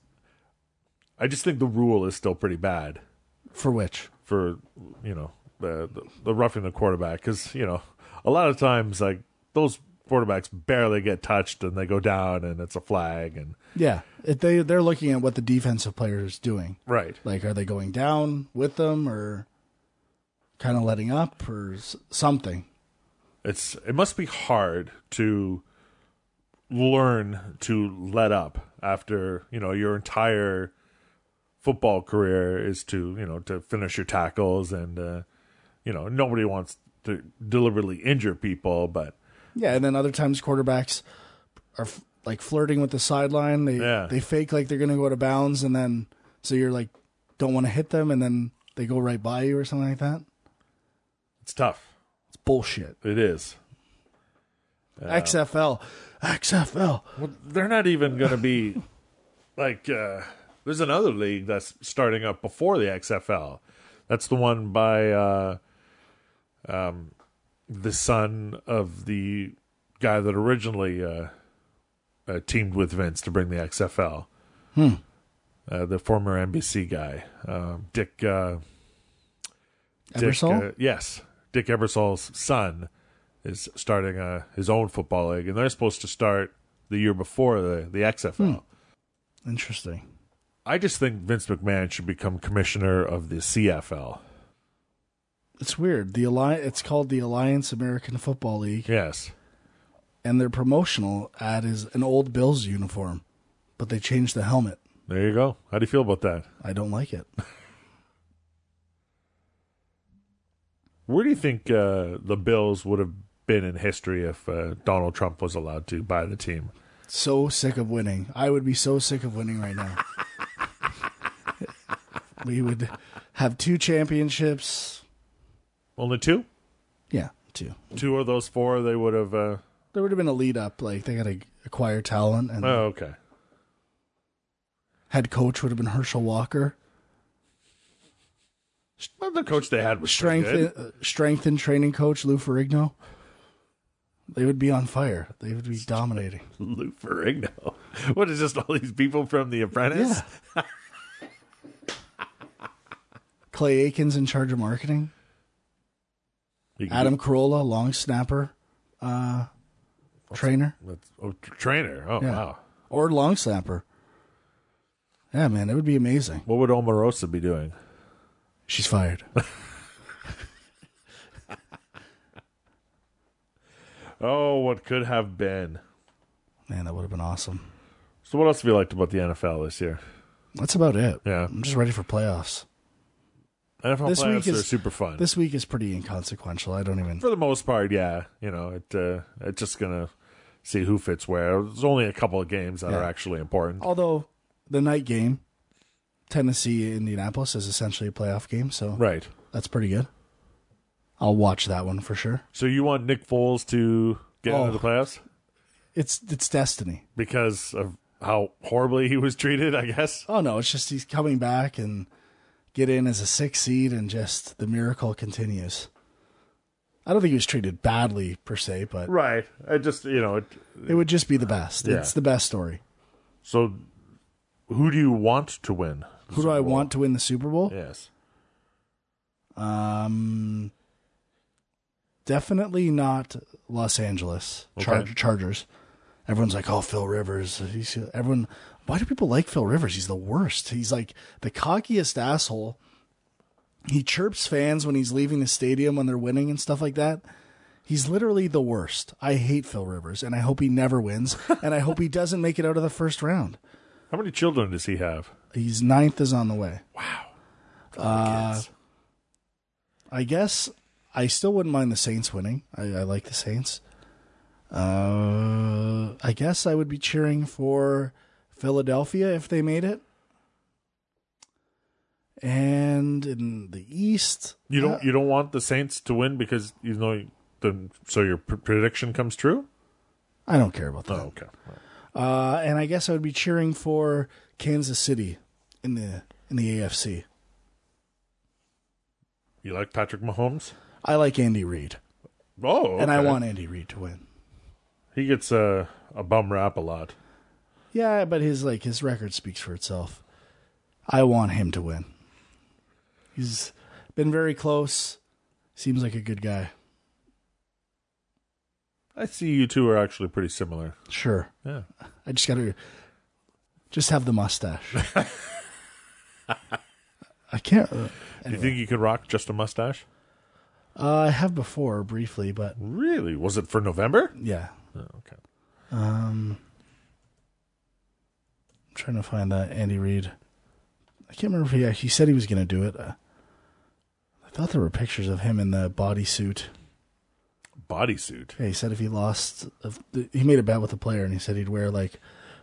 S1: I just think the rule is still pretty bad
S2: For which?
S1: for, you know, the the, the roughing the quarterback cuz, you know, a lot of times like those quarterbacks barely get touched and they go down and it's a flag and
S2: Yeah, if they they're looking at what the defensive player is doing.
S1: right.
S2: Like, are they going down with them, or kind of letting up, or s- something?
S1: It's it must be hard to learn to let up after, you know, your entire football career is to, you know, to finish your tackles and uh you know, nobody wants to deliberately injure people, but
S2: Yeah, and then other times quarterbacks are f- like flirting with the sideline. They
S1: Yeah.
S2: they fake like they're going to go to bounds, and then so you're like don't want to hit them, and then they go right by you or something like that.
S1: it's tough.
S2: It's bullshit.
S1: It is.
S2: XFL, XFL.
S1: Well, they're not even going to be like uh there's another league that's starting up before the XFL. That's the one by uh um the son of the guy that originally uh, uh teamed with Vince to bring the XFL. uh, the former NBC guy, um, Dick. Uh, Dick
S2: Ebersol?
S1: uh, yes, Dick Ebersol's son is starting uh, his own football league, and they're supposed to start the year before the the XFL.
S2: Interesting.
S1: I just think Vince McMahon should become commissioner of the CFL.
S2: It's weird. The alliance. It's called the Alliance American Football League,
S1: Yes,
S2: and their promotional ad is an old Bills uniform, but they changed the helmet.
S1: there you go. How do you feel about that?
S2: I don't like it.
S1: Where do you think uh, the Bills would have been in history if uh, Donald Trump was allowed to buy the team?
S2: So sick of winning. I would be so sick of winning right now. we would have two championships.
S1: Only two.
S2: Yeah, two.
S1: Two of those four, they would have. Uh,
S2: There would have been a lead up. Like they got to acquire talent, and
S1: oh, okay.
S2: head coach would have been Herschel Walker.
S1: Well, the coach they had was pretty
S2: strength
S1: good.
S2: uh, strength and training coach Lou Ferrigno. They would be on fire. They would be dominating.
S1: Lou Ferrigno. What is just all these people from The Apprentice?
S2: Clay Aikens in charge of marketing.
S1: You can-
S2: Adam Carolla, long snapper uh, trainer
S1: That's, oh, tr- trainer. Oh,
S2: Yeah.
S1: wow.
S2: or long snapper. Yeah, man, it would be amazing.
S1: What would Omarosa be doing?
S2: She's fired.
S1: Oh, what could have been.
S2: Man, that would have been awesome.
S1: So, what else have you liked about the NFL this year?
S2: That's about it.
S1: Yeah.
S2: I'm just ready for playoffs.
S1: NFL
S2: This
S1: playoffs
S2: week is-
S1: are super fun.
S2: This week is pretty inconsequential. I don't even.
S1: For the most part, yeah. You know, it uh, it's just going to see who fits where. There's only a couple of games that are
S2: Yeah.
S1: actually important.
S2: Although the night game, Tennessee Indianapolis is essentially a playoff game, so
S1: Right.
S2: That's pretty good. I'll watch that one for sure.
S1: So, you want Nick Foles to get
S2: Oh.
S1: into the playoffs
S2: It's it's destiny.
S1: because of how horribly he was treated, I guess?
S2: Oh no, it's just he's coming back and get in as a six seed and just the miracle continues. I don't think he was treated badly per se, but
S1: Right. I just, you know, it,
S2: it would just be the best.
S1: Yeah.
S2: It's the best story.
S1: So, who do you want to win?
S2: Who do I want to win the Super Bowl?
S1: Yes.
S2: Um definitely not Los Angeles Char-
S1: Okay.
S2: Chargers. Everyone's like, "Oh, Phil Rivers." He's everyone. Why do people like Phil Rivers? He's the worst. He's like the cockiest asshole. He chirps fans when he's leaving the stadium when they're winning and stuff like that. He's literally the worst. I hate Phil Rivers, and I hope he never wins, and I hope he doesn't make it out of the first round.
S1: How many children does he have?
S2: He's ninth is on the way.
S1: Wow.
S2: Uh,
S1: Kids.
S2: I guess I still wouldn't mind the Saints winning. I, I like the Saints. Uh, I guess I would be cheering for Philadelphia if they made it. And in the East,
S1: You don't. You don't want the Saints to win because you know the. So your pr- prediction comes true.
S2: I don't care about that.
S1: Oh, okay.
S2: Uh, and I guess I would be cheering for Kansas City in the in the AFC.
S1: You like Patrick Mahomes?
S2: I like Andy Reid,
S1: Oh,
S2: and I
S1: okay.
S2: want Andy Reid to win.
S1: He gets a a bum rap a lot.
S2: Yeah, but his like his record speaks for itself. I want him to win. He's been very close. Seems like a good guy.
S1: I see you two are actually pretty similar.
S2: Sure.
S1: Yeah.
S2: I just gotta just have the mustache. I can't. Uh,
S1: Do you think you could rock just a mustache?
S2: Uh, I have before briefly, but
S1: Really? Was it for November?
S2: yeah.
S1: Oh, okay.
S2: Um, I'm trying to find that Andy Reid. I can't remember if he actually said he was going to do it. Uh, I thought there were pictures of him in the bodysuit.
S1: Bodysuit.
S2: Yeah, he said if he lost, if he made a bet with a player, and he said he'd wear like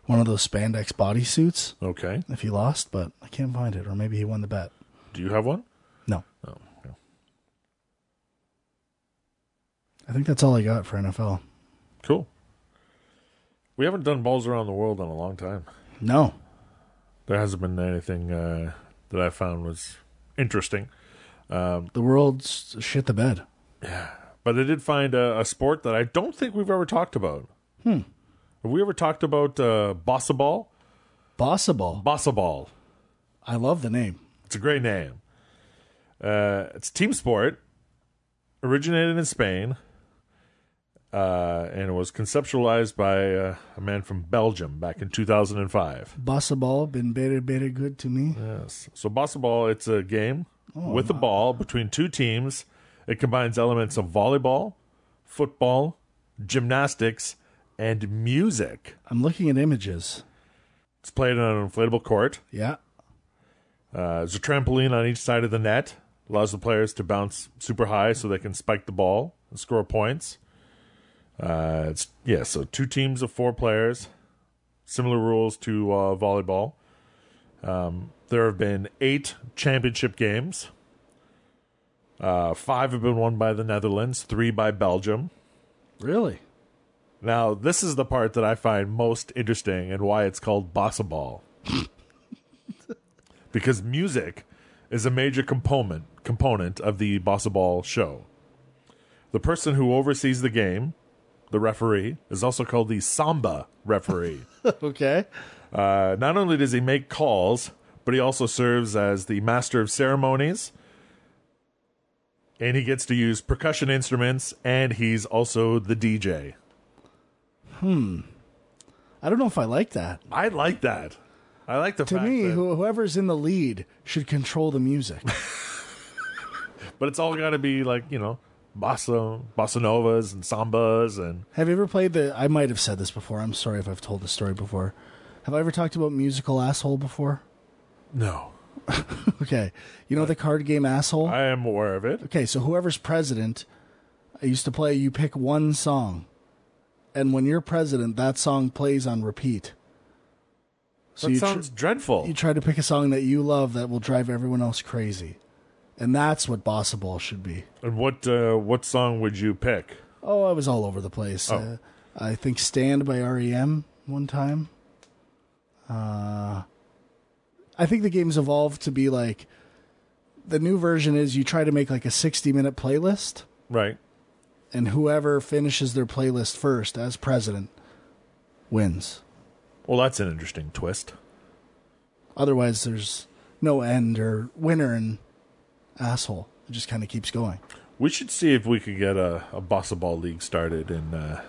S2: one of those spandex bodysuits
S1: Okay.
S2: if he lost. But I can't find it, or maybe he won the bet.
S1: Do you have one?
S2: No,
S1: Oh. okay.
S2: I think that's all I got for NFL.
S1: Cool. We haven't done balls around the world in a long time.
S2: No,
S1: There hasn't been anything uh, that I found was interesting, Um,
S2: the world's shit the bed.
S1: but I did find a, a sport that I don't think we've ever talked about. Hmm. Have we ever talked about uh, bossa ball?
S2: Bossa ball.
S1: Bossa ball.
S2: I love the name.
S1: It's a great name. Uh, it's a team sport, originated in Spain, uh, and it was conceptualized by uh, a man from Belgium back in 2005.
S2: Bossa ball been very, very good to me.
S1: Yes. So bossa ball, it's a game with a ball between two teams. It combines elements of volleyball, football, gymnastics, and music.
S2: I'm looking at images.
S1: It's played on an inflatable court.
S2: Yeah.
S1: Uh, there's a trampoline on each side of the net. Allows the players to bounce super high so they can spike the ball and score points. Uh, it's yeah, so two teams of four players. Similar rules to uh, volleyball. Um, there have been eight championship games. Uh, five have been won by the Netherlands, three by Belgium.
S2: Really?
S1: Now, this is the part that I find most interesting and why it's called bossa ball. because music is a major component component of the bossa ball show. The person who oversees the game, the referee, is also called the samba referee.
S2: okay.
S1: Uh, not only does he make calls, but he also serves as the master of ceremonies. And he gets to use percussion instruments, and he's also the DJ.
S2: I don't know if I like that.
S1: I like that. I like the
S2: To
S1: fact
S2: me,
S1: that,
S2: who whoever's in the lead should control the music.
S1: but it's all got to be like you know, bossa, bossa novas, and sambas, and
S2: have you ever played the? I might have said this before. I'm sorry if I've told this story before. Have I ever talked about musical asshole before?
S1: no,
S2: Okay. You know the card game asshole?
S1: Uh, I am aware of it.
S2: Okay, so whoever's president, I used to play, you pick one song. And when you're president, that song plays on repeat. So
S1: that
S2: you, tr-
S1: sounds dreadful.
S2: you try to pick a song that you love that will drive everyone else crazy. And that's what Bossa Ball should be.
S1: and what uh, what song would you pick?
S2: Oh, I was all over the place. Uh, I think Stand by REM one time. Uh, I think the game's evolved to be like the new version is you try to make like a 60 minute playlist.
S1: Right.
S2: and whoever finishes their playlist first as president wins.
S1: Well, that's an interesting twist.
S2: Otherwise, there's no end or winner and asshole. It just kind of keeps going.
S1: We should see if we could get a, a bossa ball league started in uh,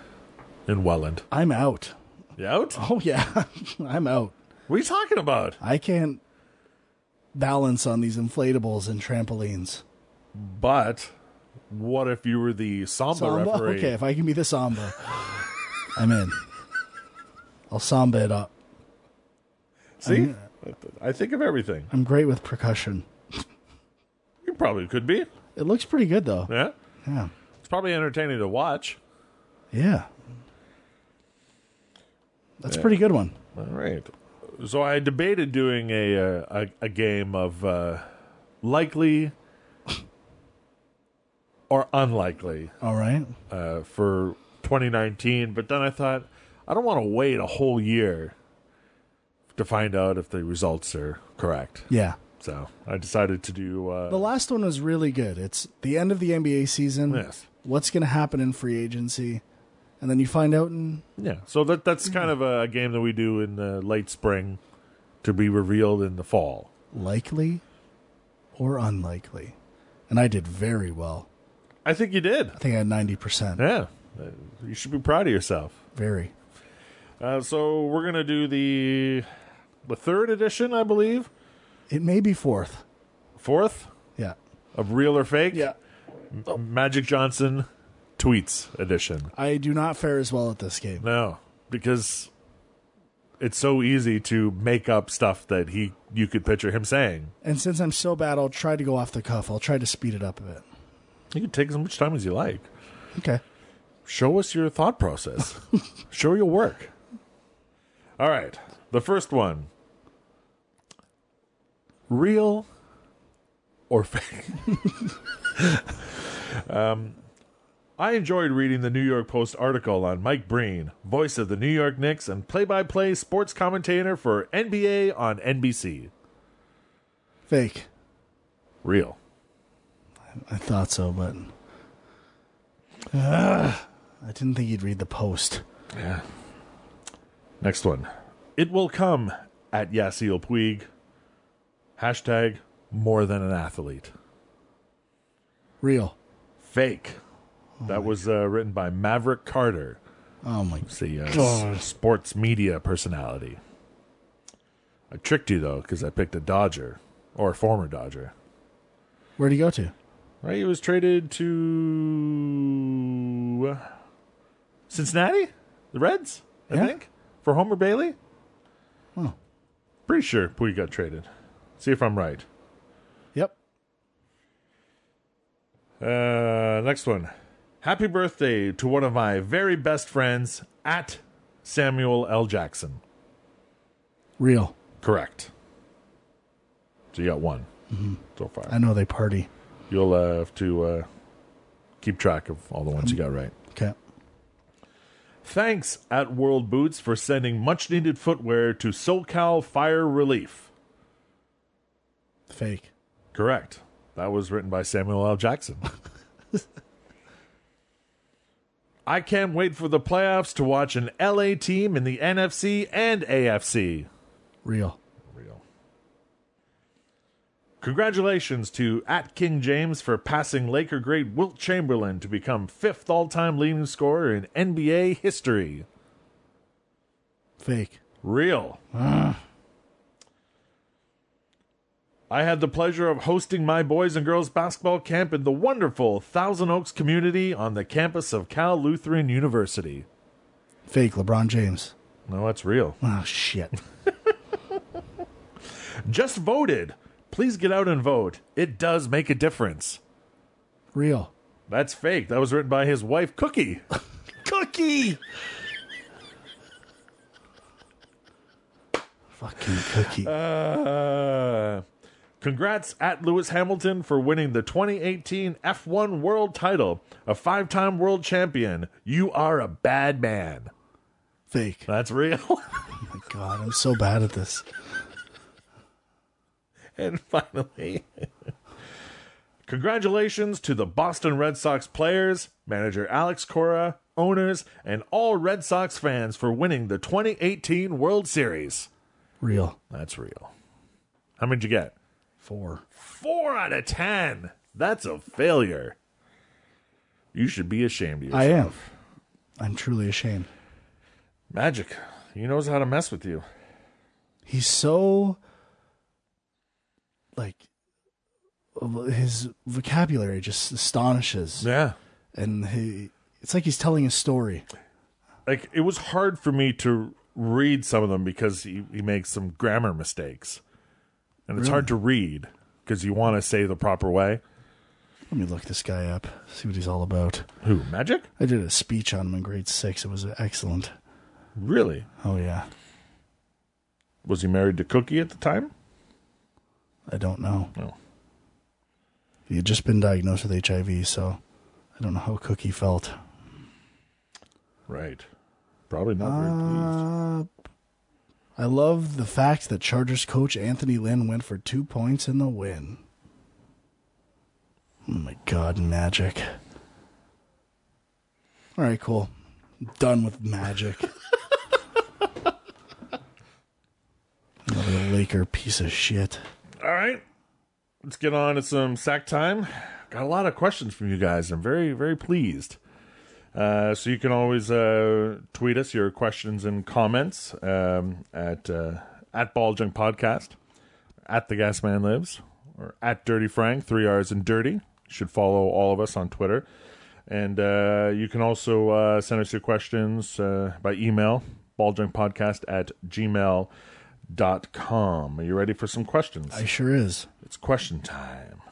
S1: in Welland.
S2: I'm out.
S1: You out?
S2: Oh, yeah. I'm out.
S1: What are you talking about?
S2: I can't balance on these inflatables and trampolines.
S1: But what if you were the samba,
S2: Samba?
S1: referee?
S2: Okay, if I can be the samba, I'm in. I'll samba it up.
S1: See,
S2: Mm-hmm.
S1: I think of everything.
S2: I'm great with percussion.
S1: You probably could be.
S2: It looks pretty good, though.
S1: Yeah,
S2: Yeah.
S1: it's probably entertaining to watch.
S2: Yeah. That's a pretty good one.
S1: All right. So I debated doing a uh, a, a game of uh, likely or unlikely
S2: All right.
S1: uh, for 2019, but then I thought I don't want to wait a whole year to find out if the results are correct.
S2: Yeah.
S1: So I decided to do. Uh,
S2: The last one was really good. It's the end of the NBA season.
S1: Yes.
S2: What's going to happen in free agency? And then you find out in
S1: Yeah. So that that's kind of a game that we do in the late spring to be revealed in the fall.
S2: likely or unlikely. And I did very well.
S1: I think you did.
S2: I think I had 90%.
S1: Yeah. Uh, You should be proud of yourself.
S2: Very.
S1: Uh, so we're going to do the the third edition, I believe.
S2: It may be fourth.
S1: Fourth
S2: Yeah.
S1: of Real or Fake. Oh. Magic Johnson tweets edition.
S2: I do not fare as well at this game.
S1: No, because it's so easy to make up stuff that he you could picture him saying.
S2: And since I'm so bad, I'll try to go off the cuff. I'll try to speed it up a bit.
S1: You can take as much time as you like.
S2: Okay.
S1: show us your thought process. show your work. All right. The first one real or fake? um, I enjoyed reading the New York Post article on Mike Breen, voice of the New York Knicks and play by play sports commentator for NBA on NBC.
S2: Fake.
S1: Real.
S2: I thought so, but I didn't think you'd read the post.
S1: Next one. It will come at Yasiel Puig Hashtag more than an athlete.
S2: Real.
S1: Fake. that was uh, written by Maverick Carter,
S2: Oh my.
S1: the uh,
S2: God.
S1: s- sports media personality. I tricked you though because I picked a Dodger or a former Dodger.
S2: Where'd he go to?
S1: Right, he was traded to uh, Cincinnati, the Reds, I
S2: Yeah.
S1: think, for Homer Bailey.
S2: Huh.
S1: Pretty sure Puig got traded. See if I'm right.
S2: Yep.
S1: Uh, next one. Happy birthday to one of my very best friends at Samuel L. Jackson.
S2: Real.
S1: Correct. So you got one so far.
S2: I know they party.
S1: You'll uh, have to uh, keep track of all the ones you got right.
S2: Okay.
S1: Thanks at World Boots for sending much needed footwear to SoCal Fire Relief.
S2: Fake.
S1: Correct. That was written by Samuel L. Jackson. I can't wait for the playoffs to watch an LA team in the NFC and AFC.
S2: Real.
S1: Real. Congratulations to at King James for passing Laker great Wilt Chamberlain to become fifth all-time leading scorer in NBA history.
S2: Fake.
S1: Real. I had the pleasure of hosting my boys and girls basketball camp in the wonderful Thousand Oaks community on the campus of Cal Lutheran University.
S2: Fake. LeBron James.
S1: No, that's real.
S2: Oh shit.
S1: Just voted. Please get out and vote. It does make a difference.
S2: Real.
S1: That's fake. That was written by his wife, Cookie.
S2: Cookie. Fucking cookie.
S1: Uh, congrats at Lewis Hamilton for winning the 2018 F1 World title. A five time world champion. You are a bad man.
S2: Fake.
S1: That's real.
S2: My God, I'm so bad at this.
S1: and finally, congratulations to the Boston Red Sox players, manager Alex Cora, owners, and all Red Sox fans for winning the 2018 World Series.
S2: Real.
S1: That's real. How many did you get?
S2: Four.
S1: Four out of ten. That's a failure. You should be ashamed of yourself.
S2: I am. I'm truly ashamed.
S1: Magic. He knows how to mess with you.
S2: He's so like his vocabulary just astonishes,
S1: Yeah.
S2: and he. It's like he's telling a story.
S1: Like it was hard for me to read some of them because he, he makes some grammar mistakes. And it's hard to read because you want to say the proper way.
S2: Let me look this guy up, see what he's all about.
S1: Who? Magic?
S2: I did a speech on him in grade six. It was excellent.
S1: Really?
S2: Oh yeah,
S1: Was he married to Cookie at the time?
S2: I don't know.
S1: No.
S2: He had just been diagnosed with HIV, so I don't know how Cookie felt.
S1: Right. Probably not very pleased.
S2: Uh, I love the fact that Chargers coach Anthony Lynn went for two points in the win. Oh my God, magic. All right, cool. Done with magic. Another Laker piece of shit.
S1: All right. Let's get on to some sack time. Got a lot of questions from you guys. I'm very, very pleased. Uh, so you can always uh, tweet us your questions and comments um, at uh, at Ball Junk Podcast, at The Gas Man Lives, or at Dirty Frank, three R's and Dirty. You should follow all of us on Twitter. And uh, you can also uh, send us your questions uh, by email, balljunkpodcast at gmail.com. Are you ready for some questions?
S2: I sure is.
S1: It's question time.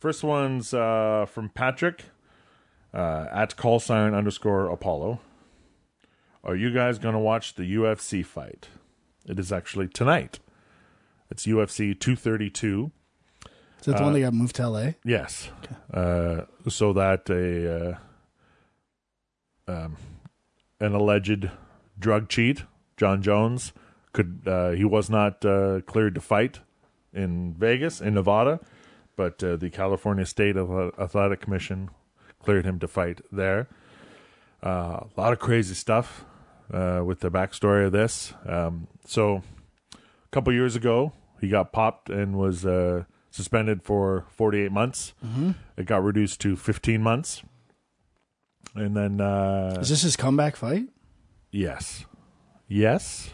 S1: First one's uh, from Patrick uh, at call sign underscore Apollo. Are you guys going to watch the UFC fight? It is actually tonight. It's UFC 232.
S2: Is that the one that got moved to LA?
S1: Yes. Uh, so that a um, uh, um, an alleged drug cheat, John Jones, could uh, he was not uh, cleared to fight in Vegas in Nevada, but uh, the California State Ath- Athletic Commission cleared him to fight there. Uh, a lot of crazy stuff uh, with the backstory of this. Um, so, a couple years ago, He got popped and was uh, suspended for 48 months. It got reduced to 15 months. And then, uh,
S2: Is this his comeback fight?
S1: yes. Yes.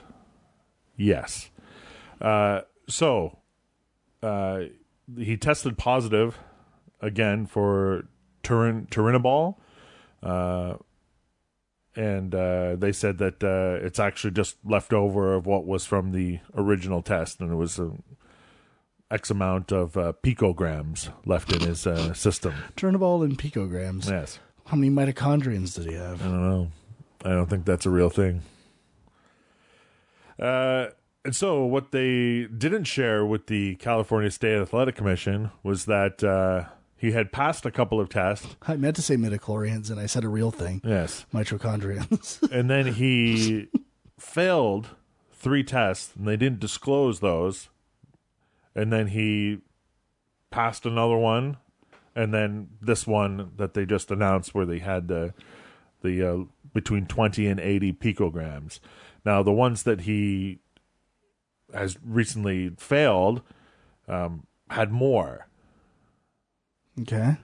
S1: Yes. Uh, so uh, he tested positive again for turin- turinabol. Uh, and uh, they said that uh, it's actually just leftover of what was from the original test, and it was um, X amount of uh, picograms left in his uh, system.
S2: Turnable and picograms.
S1: Yes.
S2: How many mitochondrions did he
S1: I
S2: have?
S1: don't know. I don't think that's a real thing. Uh, and so, what they didn't share with the California State Athletic Commission was that uh, he had passed a couple of tests.
S2: I meant to say midichlorians, and I said a real thing.
S1: Yes.
S2: Mitochondrions.
S1: And then he failed three tests, and they didn't disclose those. And then he passed another one, and then this one that they just announced, where they had the the uh, between twenty and eighty picograms. Now, the ones that he has recently failed um, had more.
S2: okay.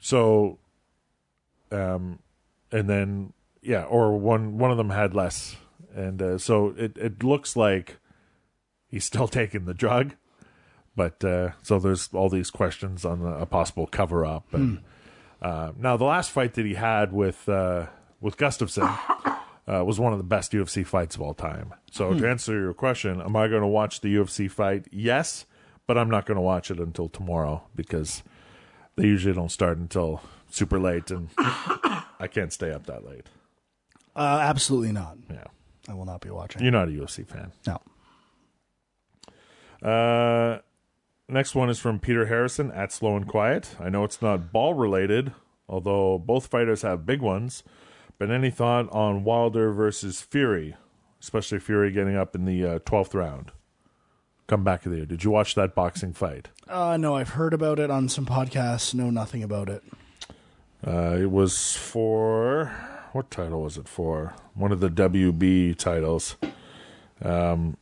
S1: So, um, and then yeah, or one one of them had less, and uh, so it it looks like he's still taking the drug, but uh, so there's all these questions on a, a possible cover up. And uh, now the last fight that he had with uh, with Gustafson. Uh, was one of the best UFC fights of all time. So to answer your question, am I going to watch the UFC fight? Yes, but I'm not going to watch it until tomorrow because they usually don't start until super late and i can't stay up that late
S2: Uh, absolutely not.
S1: yeah
S2: I will not be watching.
S1: you're not a ufc fan
S2: No.
S1: uh next one is from peter harrison at slow and quiet i know it's not ball related although both fighters have big ones but any thought on wilder versus fury especially fury getting up in the uh, 12th round come back there did you watch that boxing fight
S2: Uh, no, I've heard about it on some podcasts. Know nothing about it.
S1: Uh, it was for what title was it for? One of the WB titles. Um,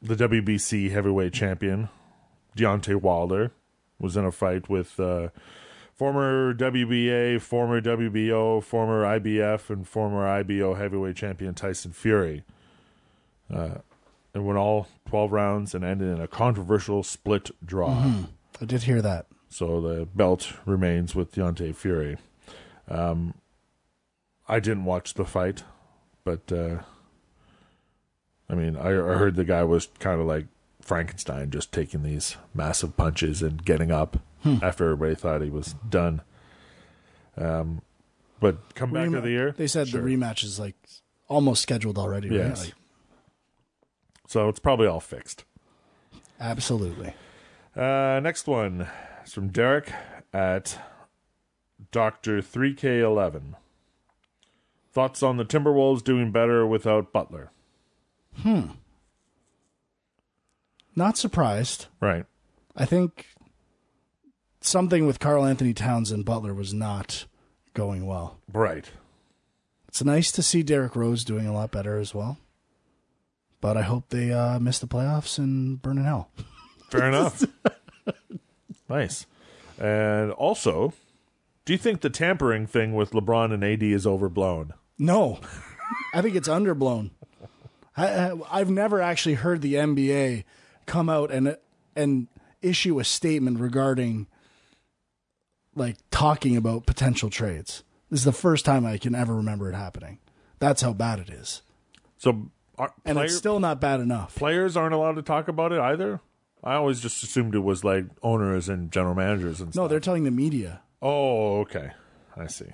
S1: the WBC heavyweight champion Deontay Wilder was in a fight with uh, former WBA, former WBO, former IBF, and former IBO heavyweight champion Tyson Fury. Uh, it went all twelve rounds and ended in a controversial split draw.
S2: Mm-hmm. I did hear that.
S1: So the belt remains with Deontay Fury. Um, I didn't watch the fight, but uh, I mean, I, I heard the guy was kind of like Frankenstein, just taking these massive punches and getting up after everybody thought he was done. Um, but come back
S2: Rema-
S1: of the year,
S2: They said the rematch is like almost scheduled already, right?
S1: Yes.
S2: Like,
S1: so it's probably all fixed.
S2: absolutely.
S1: Uh, next one is from Derek at Dr. 3K11. Thoughts on the Timberwolves doing better without Butler?
S2: Not surprised.
S1: Right.
S2: I think something with Carl Anthony Towns and Butler was not going well.
S1: Right.
S2: It's nice to see Derrick Rose doing a lot better as well. But I hope they uh, miss the playoffs and burn in hell.
S1: Fair enough. nice. And also, do you think the tampering thing with LeBron and AD is overblown?
S2: No, I think it's underblown. I, I, I've never actually heard the NBA come out and and issue a statement regarding like talking about potential trades. This is the first time I can ever remember it happening. That's how bad it is,
S1: So, are,
S2: and
S1: player-
S2: it's still not bad enough.
S1: players aren't allowed to talk about it either? I always just assumed it was like owners and general managers and stuff.
S2: No, they're telling the media.
S1: Oh, okay. I see.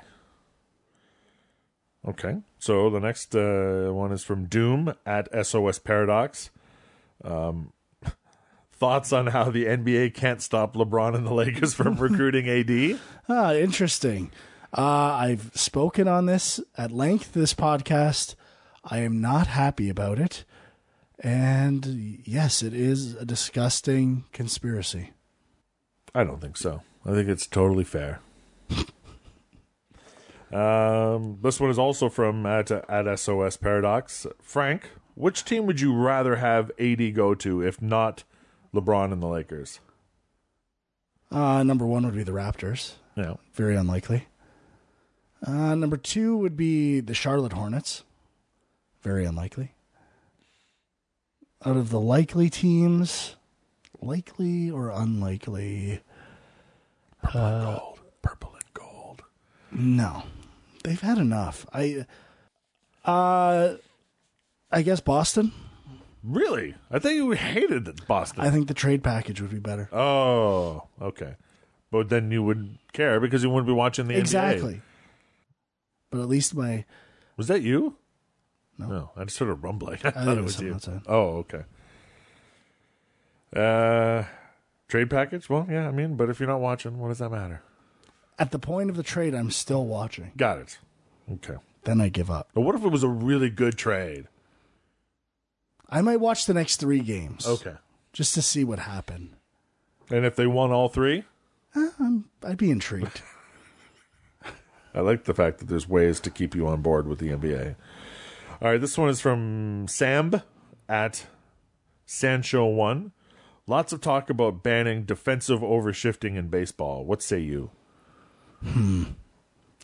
S1: Okay. So the next uh, one is from Doom at SOS Paradox. Um, thoughts on how the NBA can't stop LeBron and the Lakers from recruiting AD?
S2: Ah, interesting. Uh, I've spoken on this at length this podcast. I am not happy about it. And yes, it is a disgusting conspiracy.
S1: I don't think so. I think it's totally fair. um, this one is also from at, at SOS Paradox. Frank, Which team would you rather have AD go to if not LeBron and the Lakers?
S2: Uh, number one would be the Raptors.
S1: Yeah.
S2: Very unlikely. Uh, number two would be the Charlotte Hornets. Very unlikely. Out of the likely teams, likely or unlikely?
S1: gold, purple and gold.
S2: No, they've had enough. I, uh, I guess Boston.
S1: Really? I think you hated that Boston.
S2: I think the trade package would be better.
S1: oh, okay. But then you wouldn't care because you wouldn't be watching the NBA.
S2: exactly. But at least my
S1: Was that you? No. I just heard a rumbling. I, thought
S2: think
S1: it
S2: it
S1: was
S2: was
S1: you.
S2: someone outside.
S1: Oh, okay. Uh, trade package? Well, yeah, I mean, but if you're not watching, what does that matter?
S2: at the point of the trade, I'm still watching.
S1: Got it. Okay.
S2: Then I give up.
S1: But what if it was a really good trade?
S2: I might watch the next three games.
S1: Okay.
S2: Just to see what happened. Uh,
S1: And if they won all three?
S2: I'd be intrigued.
S1: I like the fact that there's ways to keep you on board with the NBA. All right, this one is from Samb at Sancho1. Lots of talk about banning defensive overshifting in baseball. What say you?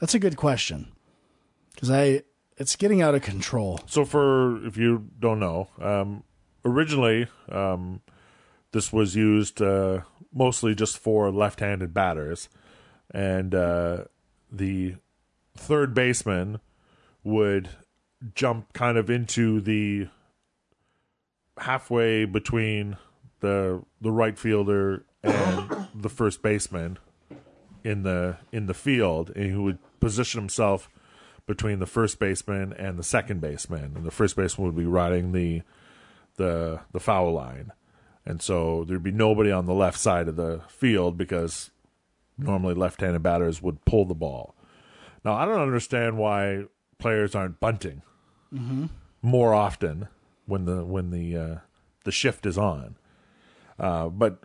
S2: That's a good question. Because I, it's getting out of control.
S1: So, for if you don't know, um, originally um, this was used uh, mostly just for left-handed batters, and uh, the third baseman would jump kind of into the halfway between the the right fielder and the first baseman in the in the field, and he would position himself between the first baseman and the second baseman, and the first baseman would be riding the the the foul line, and so there'd be nobody on the left side of the field because normally left-handed batters would pull the ball. Now I don't understand why players aren't bunting more often when the when the uh, the shift is on, uh, but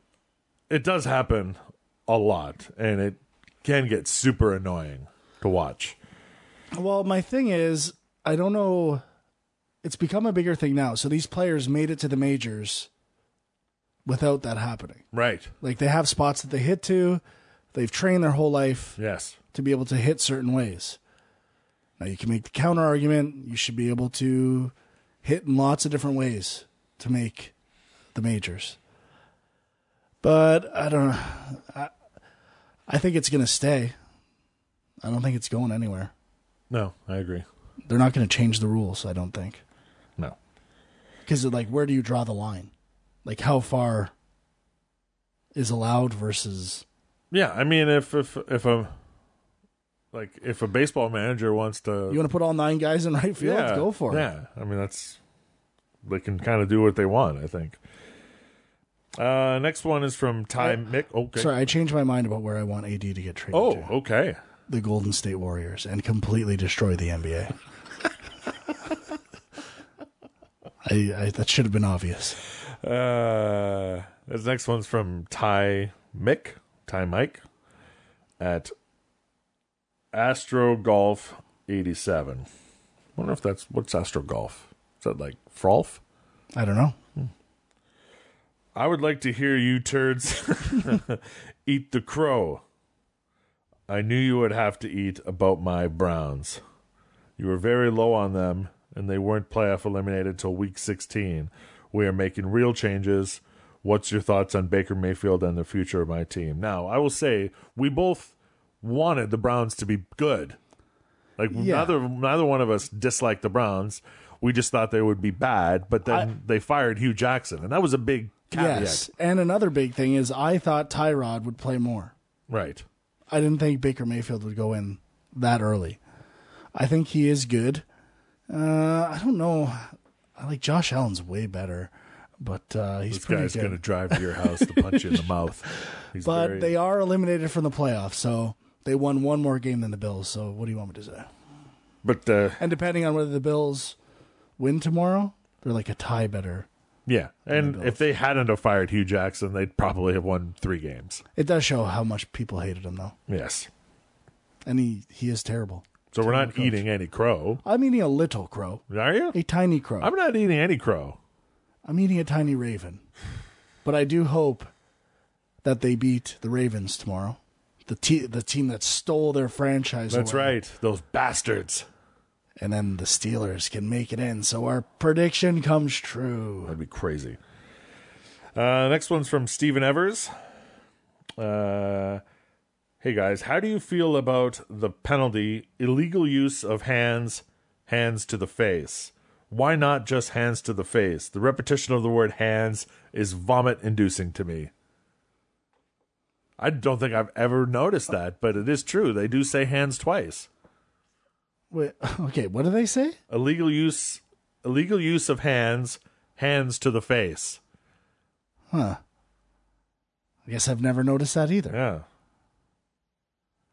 S1: it does happen a lot, and it can get super annoying to watch.
S2: Well, my thing is, I don't know. It's become a bigger thing now. So these players made it to the majors without that happening.
S1: Right.
S2: Like they have spots that they hit to, they've trained their whole life
S1: Yes.
S2: to be able to hit certain ways. Now you can make the counter argument. You should be able to hit in lots of different ways to make the majors. But I don't know. I, I think it's going to stay. I don't think it's going anywhere.
S1: No, I agree.
S2: They're not going to change the rules, I don't think.
S1: No.
S2: Because, like, where do you draw the line? Like, how far is allowed versus.
S1: Yeah, I mean, if if if a like if a baseball manager wants to,
S2: You want to put all nine guys in right field?
S1: yeah,
S2: Go for it.
S1: Yeah, I mean that's they can kind of do what they want. I think. Uh, next one is from Ty Mick. Okay.
S2: Uh, Sorry, I changed my mind about where I want AD to get traded
S1: Oh,
S2: to.
S1: okay.
S2: The Golden State Warriors and completely destroy the NBA. I, I that should have been obvious.
S1: Uh, this next one's from Ty Mick, Ty Mike, at Astro Golf eighty seven. Wonder if that's what's Astro Golf? Is that like Frolf?
S2: I don't know.
S1: I would like to hear you turds eat the crow. I knew you would have to eat about my Browns. You were very low on them, and they weren't playoff eliminated till week 16. We are making real changes. What's your thoughts on Baker Mayfield and the future of my team? Now, I will say we both wanted the Browns to be good. Like
S2: Yeah.
S1: neither neither one of us disliked the Browns. We just thought they would be bad, but then they fired Hugh Jackson, and that was a big caveat.
S2: Yes. And another big thing is I thought Tyrod would play more.
S1: Right.
S2: I didn't think Baker Mayfield would go in that early. I think he is good. Uh, I don't know. I like Josh Allen's way better, but uh, he's
S1: This
S2: pretty
S1: guy's
S2: good.
S1: going to drive to your house to punch you in the mouth. He's
S2: but
S1: very-
S2: they are eliminated from the playoffs, so they won one more game than the Bills. So what do you want me to say?
S1: but uh,
S2: And depending on whether the Bills win tomorrow, they're like a tie better.
S1: yeah, and if they hadn't have fired Hugh Jackson, they'd probably have won three games.
S2: It does show how much people hated him, though,
S1: Yes.
S2: and he he is terrible.
S1: So we're not eating any crow,
S2: I'm eating a little crow,
S1: are you?
S2: a tiny crow.
S1: I'm not eating any crow.
S2: I'm eating a tiny raven. But I do hope that they beat the Ravens tomorrow. The, te- the team that stole their franchise.
S1: That's
S2: away.
S1: right. Those bastards.
S2: And then the Steelers can make it in. So our prediction comes true.
S1: That'd be crazy. Uh, next one's from Steven Evers. Uh, hey guys, how do you feel about the penalty illegal use of hands, hands to the face? Why not just hands to the face? The repetition of the word hands is vomit inducing to me. I don't think I've ever noticed that, but it is true. They do say hands twice.
S2: Wait, okay, what do they say?
S1: Illegal use illegal use of hands, hands to the face.
S2: Huh. I guess I've never noticed that either.
S1: Yeah.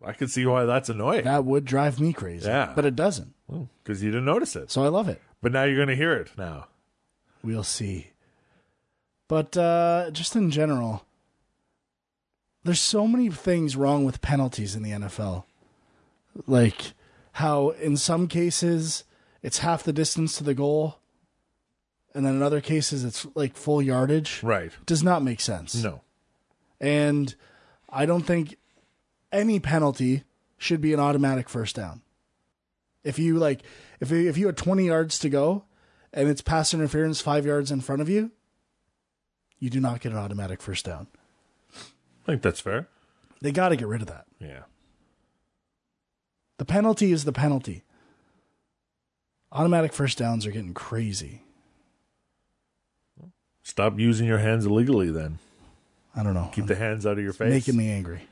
S1: I could see why that's annoying.
S2: That would drive me crazy.
S1: Yeah.
S2: But it doesn't.
S1: Because you didn't notice it.
S2: So I love it.
S1: But now you're going to hear it now.
S2: We'll see. But uh, just in general, there's so many things wrong with penalties in the NFL. Like how, in some cases, it's half the distance to the goal, and then in other cases, it's like full yardage.
S1: Right.
S2: Does not make sense.
S1: No.
S2: And I don't think any penalty should be an automatic first down. If you like, if you, if you had 20 yards to go and it's pass interference five yards in front of you, you do not get an automatic first down.
S1: I think that's fair.
S2: They got to get rid of that.
S1: Yeah.
S2: The penalty is the penalty. Automatic first downs are getting crazy.
S1: Stop using your hands illegally then.
S2: I don't know.
S1: Keep the hands out of your face.
S2: making me angry.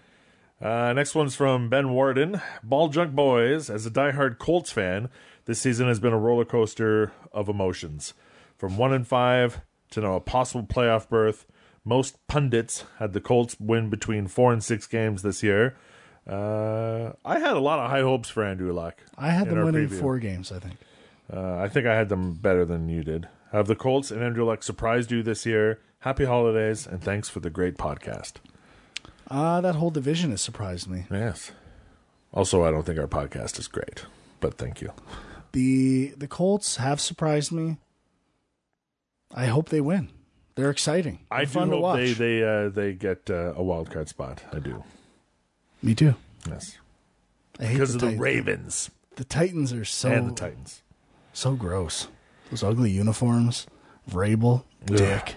S1: Uh, next one's from Ben Warden. Ball Junk Boys, as a diehard Colts fan, this season has been a roller coaster of emotions. From one and five to now a possible playoff berth, most pundits had the Colts win between four and six games this year. Uh, I had a lot of high hopes for Andrew Luck.
S2: I had
S1: in
S2: them
S1: our
S2: winning
S1: preview.
S2: four games, I think.
S1: Uh, I think I had them better than you did. Have the Colts and Andrew Luck surprised you this year? Happy holidays and thanks for the great podcast.
S2: Ah, that whole division has surprised me.
S1: Yes. Also, I don't think our podcast is great, but thank you.
S2: The the Colts have surprised me. I hope they win. They're exciting. They're
S1: I do
S2: fun to
S1: hope
S2: watch.
S1: they they uh, they get uh, a wild card spot. I do.
S2: Me too.
S1: Yes,
S2: I hate
S1: because
S2: the,
S1: of the
S2: Titan-
S1: Ravens
S2: the Titans are so
S1: and the Titans.
S2: so gross. Those ugly uniforms, Vrabel,
S1: Ugh.
S2: Dick,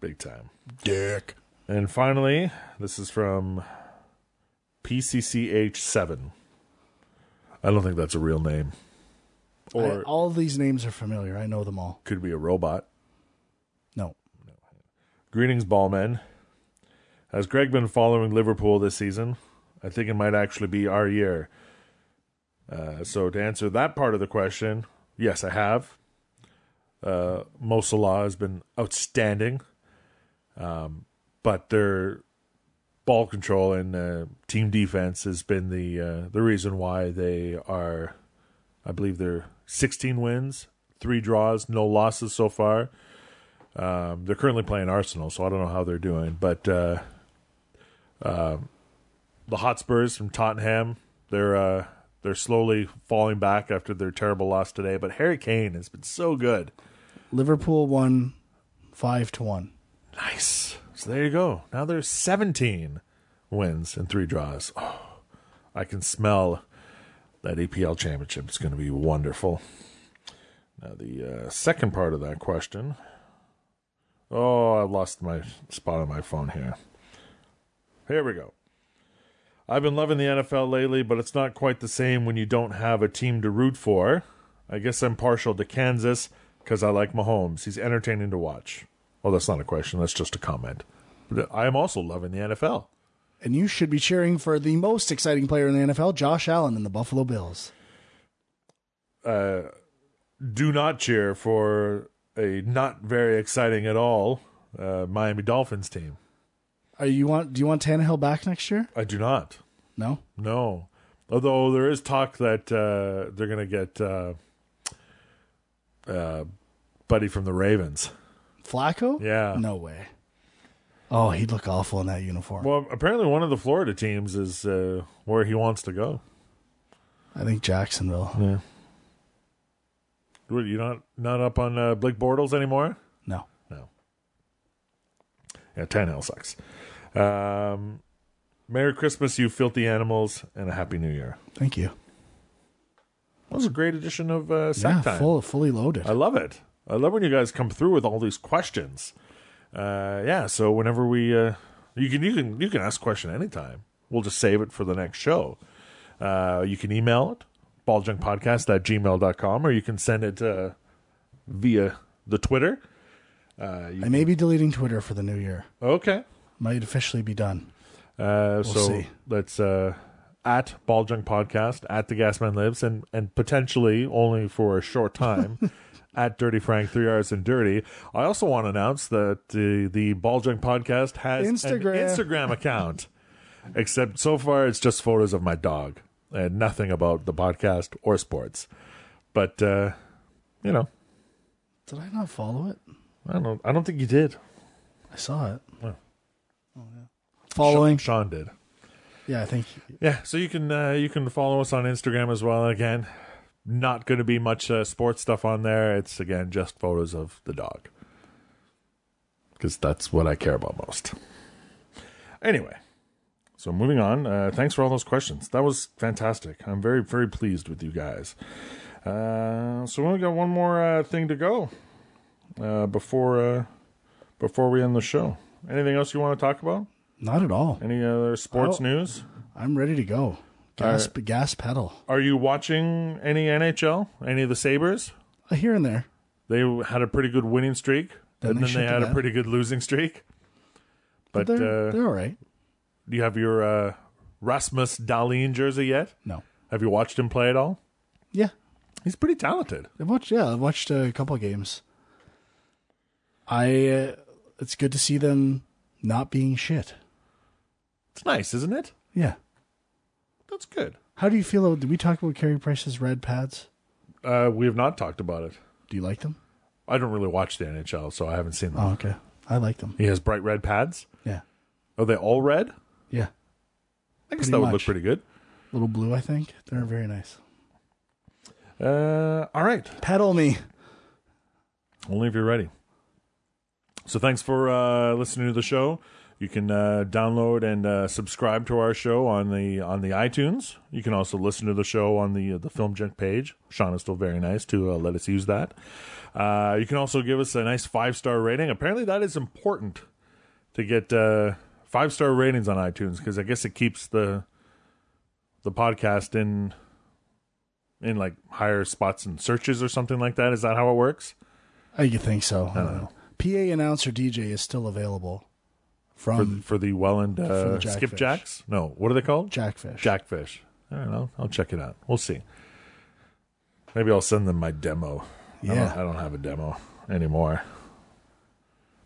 S1: Big time.
S2: Dick.
S1: And finally, this is from PCCH7. I don't think that's a real name. Or
S2: I- all these names are familiar. I know them all.
S1: could be a robot.
S2: No,
S1: Greetings, ballmen. Has Greg been following Liverpool this season? I think it might actually be our year. Uh, so, to answer that part of the question, yes, I have. Uh, Mo Salah has been outstanding, um, but their ball control and uh, team defense has been the uh, the reason why they are, I believe, they're 16 wins, three draws, no losses so far. Um, they're currently playing Arsenal, so I don't know how they're doing. But uh, uh, the Hotspurs from Tottenham, they're uh, they're slowly falling back after their terrible loss today. But Harry Kane has been so good.
S2: Liverpool won five to one.
S1: Nice. So there you go. Now there's 17 wins and three draws. Oh, I can smell that EPL championship. It's going to be wonderful. Now the uh, second part of that question. Oh, I lost my spot on my phone here. Here we go. I've been loving the NFL lately, but it's not quite the same when you don't have a team to root for. I guess I'm partial to Kansas because I like Mahomes. He's entertaining to watch. Well, that's not a question. That's just a comment. But I am also loving the NFL.
S2: And you should be cheering for the most exciting player in the NFL, Josh Allen and the Buffalo Bills.
S1: Do not cheer for a not very exciting at all uh, Miami Dolphins team.
S2: Are you want? Do you want Tannehill back next year?
S1: I do not.
S2: No.
S1: No. Although there is talk that uh, they're going to get uh, uh, Buddy from the Ravens.
S2: Flacco?
S1: Yeah.
S2: No way. Oh, he'd look awful in that uniform.
S1: Well, apparently one of the Florida teams is uh, where he wants to go.
S2: I think Jacksonville.
S1: What, you not not up on uh, Blake Bortles anymore?
S2: No.
S1: No. Yeah, Tannehill sucks. Um, Merry Christmas, you filthy animals, and a happy New Year.
S2: Thank you.
S1: That was a great edition of uh, Sack
S2: Yeah,
S1: Time.
S2: full, fully loaded.
S1: I love it. I love when you guys come through with all these questions. Uh, yeah, so whenever we, uh, you can you can you can ask a question anytime. We'll just save it for the next show. Uh, you can email it balljunkpodcast at gmail.com or you can send it uh, via the Twitter. Uh, you,
S2: I may be deleting Twitter for the new year.
S1: okay.
S2: Might officially be done.
S1: Uh, so
S2: see.
S1: that's uh, at Ball Junk Podcast, at The Gasman Lives, and, and potentially only for a short time at Dirty Frank, Three Hours and Dirty. I also want to announce that uh, the Ball Junk Podcast has
S2: Instagram.
S1: an Instagram account, except so far it's just photos of my dog and nothing about the podcast or sports. But, uh, you know,
S2: Did I not follow it?
S1: I don't, I don't think you did.
S2: I saw it.
S1: Oh.
S2: Following?
S1: Sean did.
S2: Yeah, I think.
S1: Yeah, so you can uh, you can follow us on Instagram as well. Again, not going to be much uh, sports stuff on there. It's again just photos of the dog because that's what I care about most. Anyway, so moving on. Uh, thanks for all those questions. That was fantastic. I'm very very pleased with you guys. Uh, so we only got one more uh, thing to go uh, before uh, before we end the show. Anything else you want to talk about?
S2: Not at all.
S1: Any other sports
S2: Oh.
S1: news?
S2: I'm ready to go. Gas, gas pedal.
S1: Are you watching any NHL? Any of the Sabres?
S2: Uh, Here and there.
S1: They had a pretty good winning streak,
S2: Then
S1: and
S2: they
S1: then
S2: shit
S1: they
S2: the
S1: had a
S2: bed.
S1: pretty good losing streak. But
S2: they're,
S1: uh, do
S2: they're all right.
S1: you have your uh, Rasmus Dahlin jersey yet?
S2: No.
S1: Have you watched him play at all?
S2: Yeah.
S1: He's pretty talented.
S2: I've watched, yeah, I've watched a couple of games. I, uh, it's good to see them not being shit.
S1: It's nice, isn't it?
S2: Yeah.
S1: That's good.
S2: How do you feel? Did we talk about Carey Price's red pads?
S1: Uh, we have not talked about it.
S2: Do you like them?
S1: I don't really watch the NHL, so I haven't seen them.
S2: Oh, okay. I like them.
S1: He has bright red pads.
S2: Yeah.
S1: Are they all red?
S2: Yeah.
S1: I guess
S2: Pretty
S1: that would look
S2: much.
S1: pretty good.
S2: Little blue, I think. They're very nice.
S1: Uh, all right.
S2: Pedal me.
S1: Only if you're ready. So thanks for uh, listening to the show. You can uh, download and uh, subscribe to our show on the on the iTunes. You can also listen to the show on the the Film Junk page. Sean is still very nice to uh, let us use that. Uh, you can also give us a nice five star rating. Apparently, that is important to get uh, five star ratings on iTunes because I guess it keeps the the podcast in in like higher spots in searches or something like that. Is that how it works?
S2: I could think so. I don't know. PA announcer DJ is still available
S1: for,
S2: from
S1: for the Welland uh,
S2: the jackfish.
S1: skipjacks. No, what are they called?
S2: Jackfish.
S1: Jackfish. I don't know. I'll check it out. We'll see. Maybe I'll send them my demo. I
S2: Yeah.
S1: don't, I don't have a demo anymore.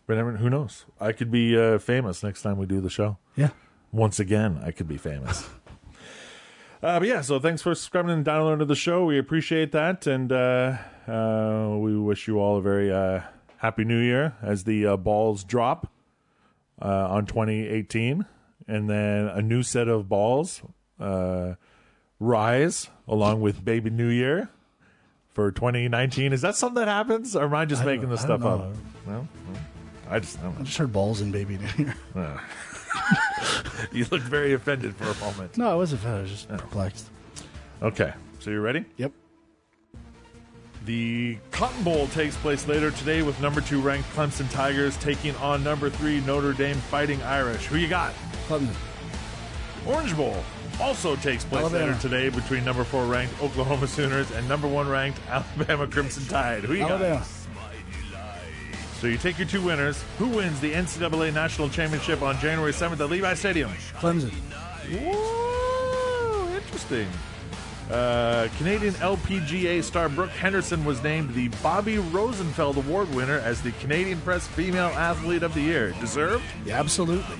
S1: But everyone- who knows? I could be uh, famous next time we do the show.
S2: Yeah.
S1: Once again, I could be famous. Uh, but yeah, so thanks for subscribing and downloading to the show. We appreciate that, and uh, uh, we wish you all a very uh, happy New Year as the uh, balls drop uh, on 2018, and then a new set of balls uh, rise along with Baby New Year for 2019. Is that something that happens, or am I just making this
S2: I don't
S1: stuff
S2: know.
S1: up? No, No. I just I don't
S2: I
S1: know.
S2: just heard balls in Baby New Year.
S1: you look very offended for a moment.
S2: no, I wasn't offended. I was just perplexed.
S1: Okay, so you ready?
S2: Oh. Yep.
S1: The Cotton Bowl takes place later today with number two ranked Clemson Tigers taking on number three Notre Dame Fighting Irish. Who you got?
S2: Clinton.
S1: Orange Bowl also takes place
S2: Alabama.
S1: later today between number four ranked Oklahoma Sooners and number one ranked Alabama Crimson Tide. Who you
S2: Alabama.
S1: got? So you take your two winners. Who wins the NCAA National Championship on January 7th at Levi Stadium?
S2: Clemson.
S1: Whoa, interesting. Uh, Canadian LPGA star Brooke Henderson was named the Bobby Rosenfeld Award winner as the Canadian Press Female Athlete of the Year. Deserved?
S2: Yeah, absolutely.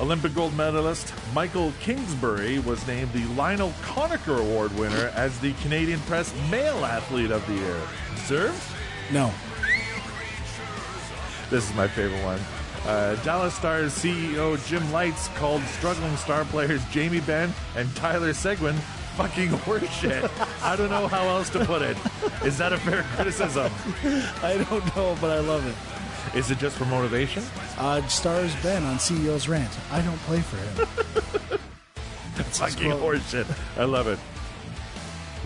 S1: Olympic gold medalist Michael Kingsbury was named the Lionel Conacher Award winner as the Canadian Press Male Athlete of the Year. Deserved?
S2: No.
S1: This is my favorite one. Uh, Dallas Stars E CEO Jim Lights called struggling star players Jamie Benn and Tyler Seguin fucking horseshit. I don't know how else to put it. Is that a fair criticism?
S2: I don't know, but I love it.
S1: Is it just for motivation?
S2: Uh, stars Ben on CEO's rant. I don't play for him.
S1: Fucking horseshit. I love it.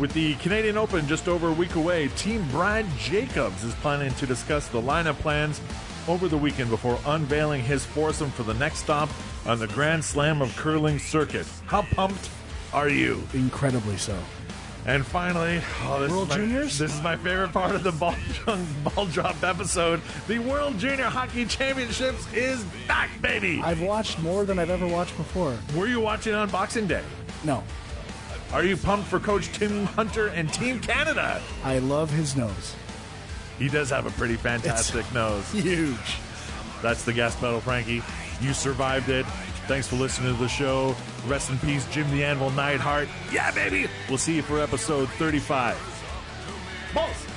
S1: With the Canadian Open just over a week away, Team Brad Jacobs is planning to discuss the lineup plans over the weekend before unveiling his foursome for the next stop on the Grand Slam of Curling circuit. How pumped are you?
S2: Incredibly so.
S1: And finally, oh, this
S2: World
S1: is my,
S2: Juniors?
S1: This is my favorite part of the ball, ball drop episode. The World Junior Hockey Championships is back, baby.
S2: I've watched more than I've ever watched before.
S1: Were you watching on Boxing Day?
S2: No,
S1: Are you pumped for Coach Tim Hunter and Team Canada?
S2: I love his nose.
S1: He does have a pretty fantastic nose.
S2: Huge.
S1: That's the gas pedal, Frankie. You survived it. Thanks for listening to the show. Rest in peace, Jim the Anvil Neidhart. Yeah, baby. We'll see you for episode 35. Balls.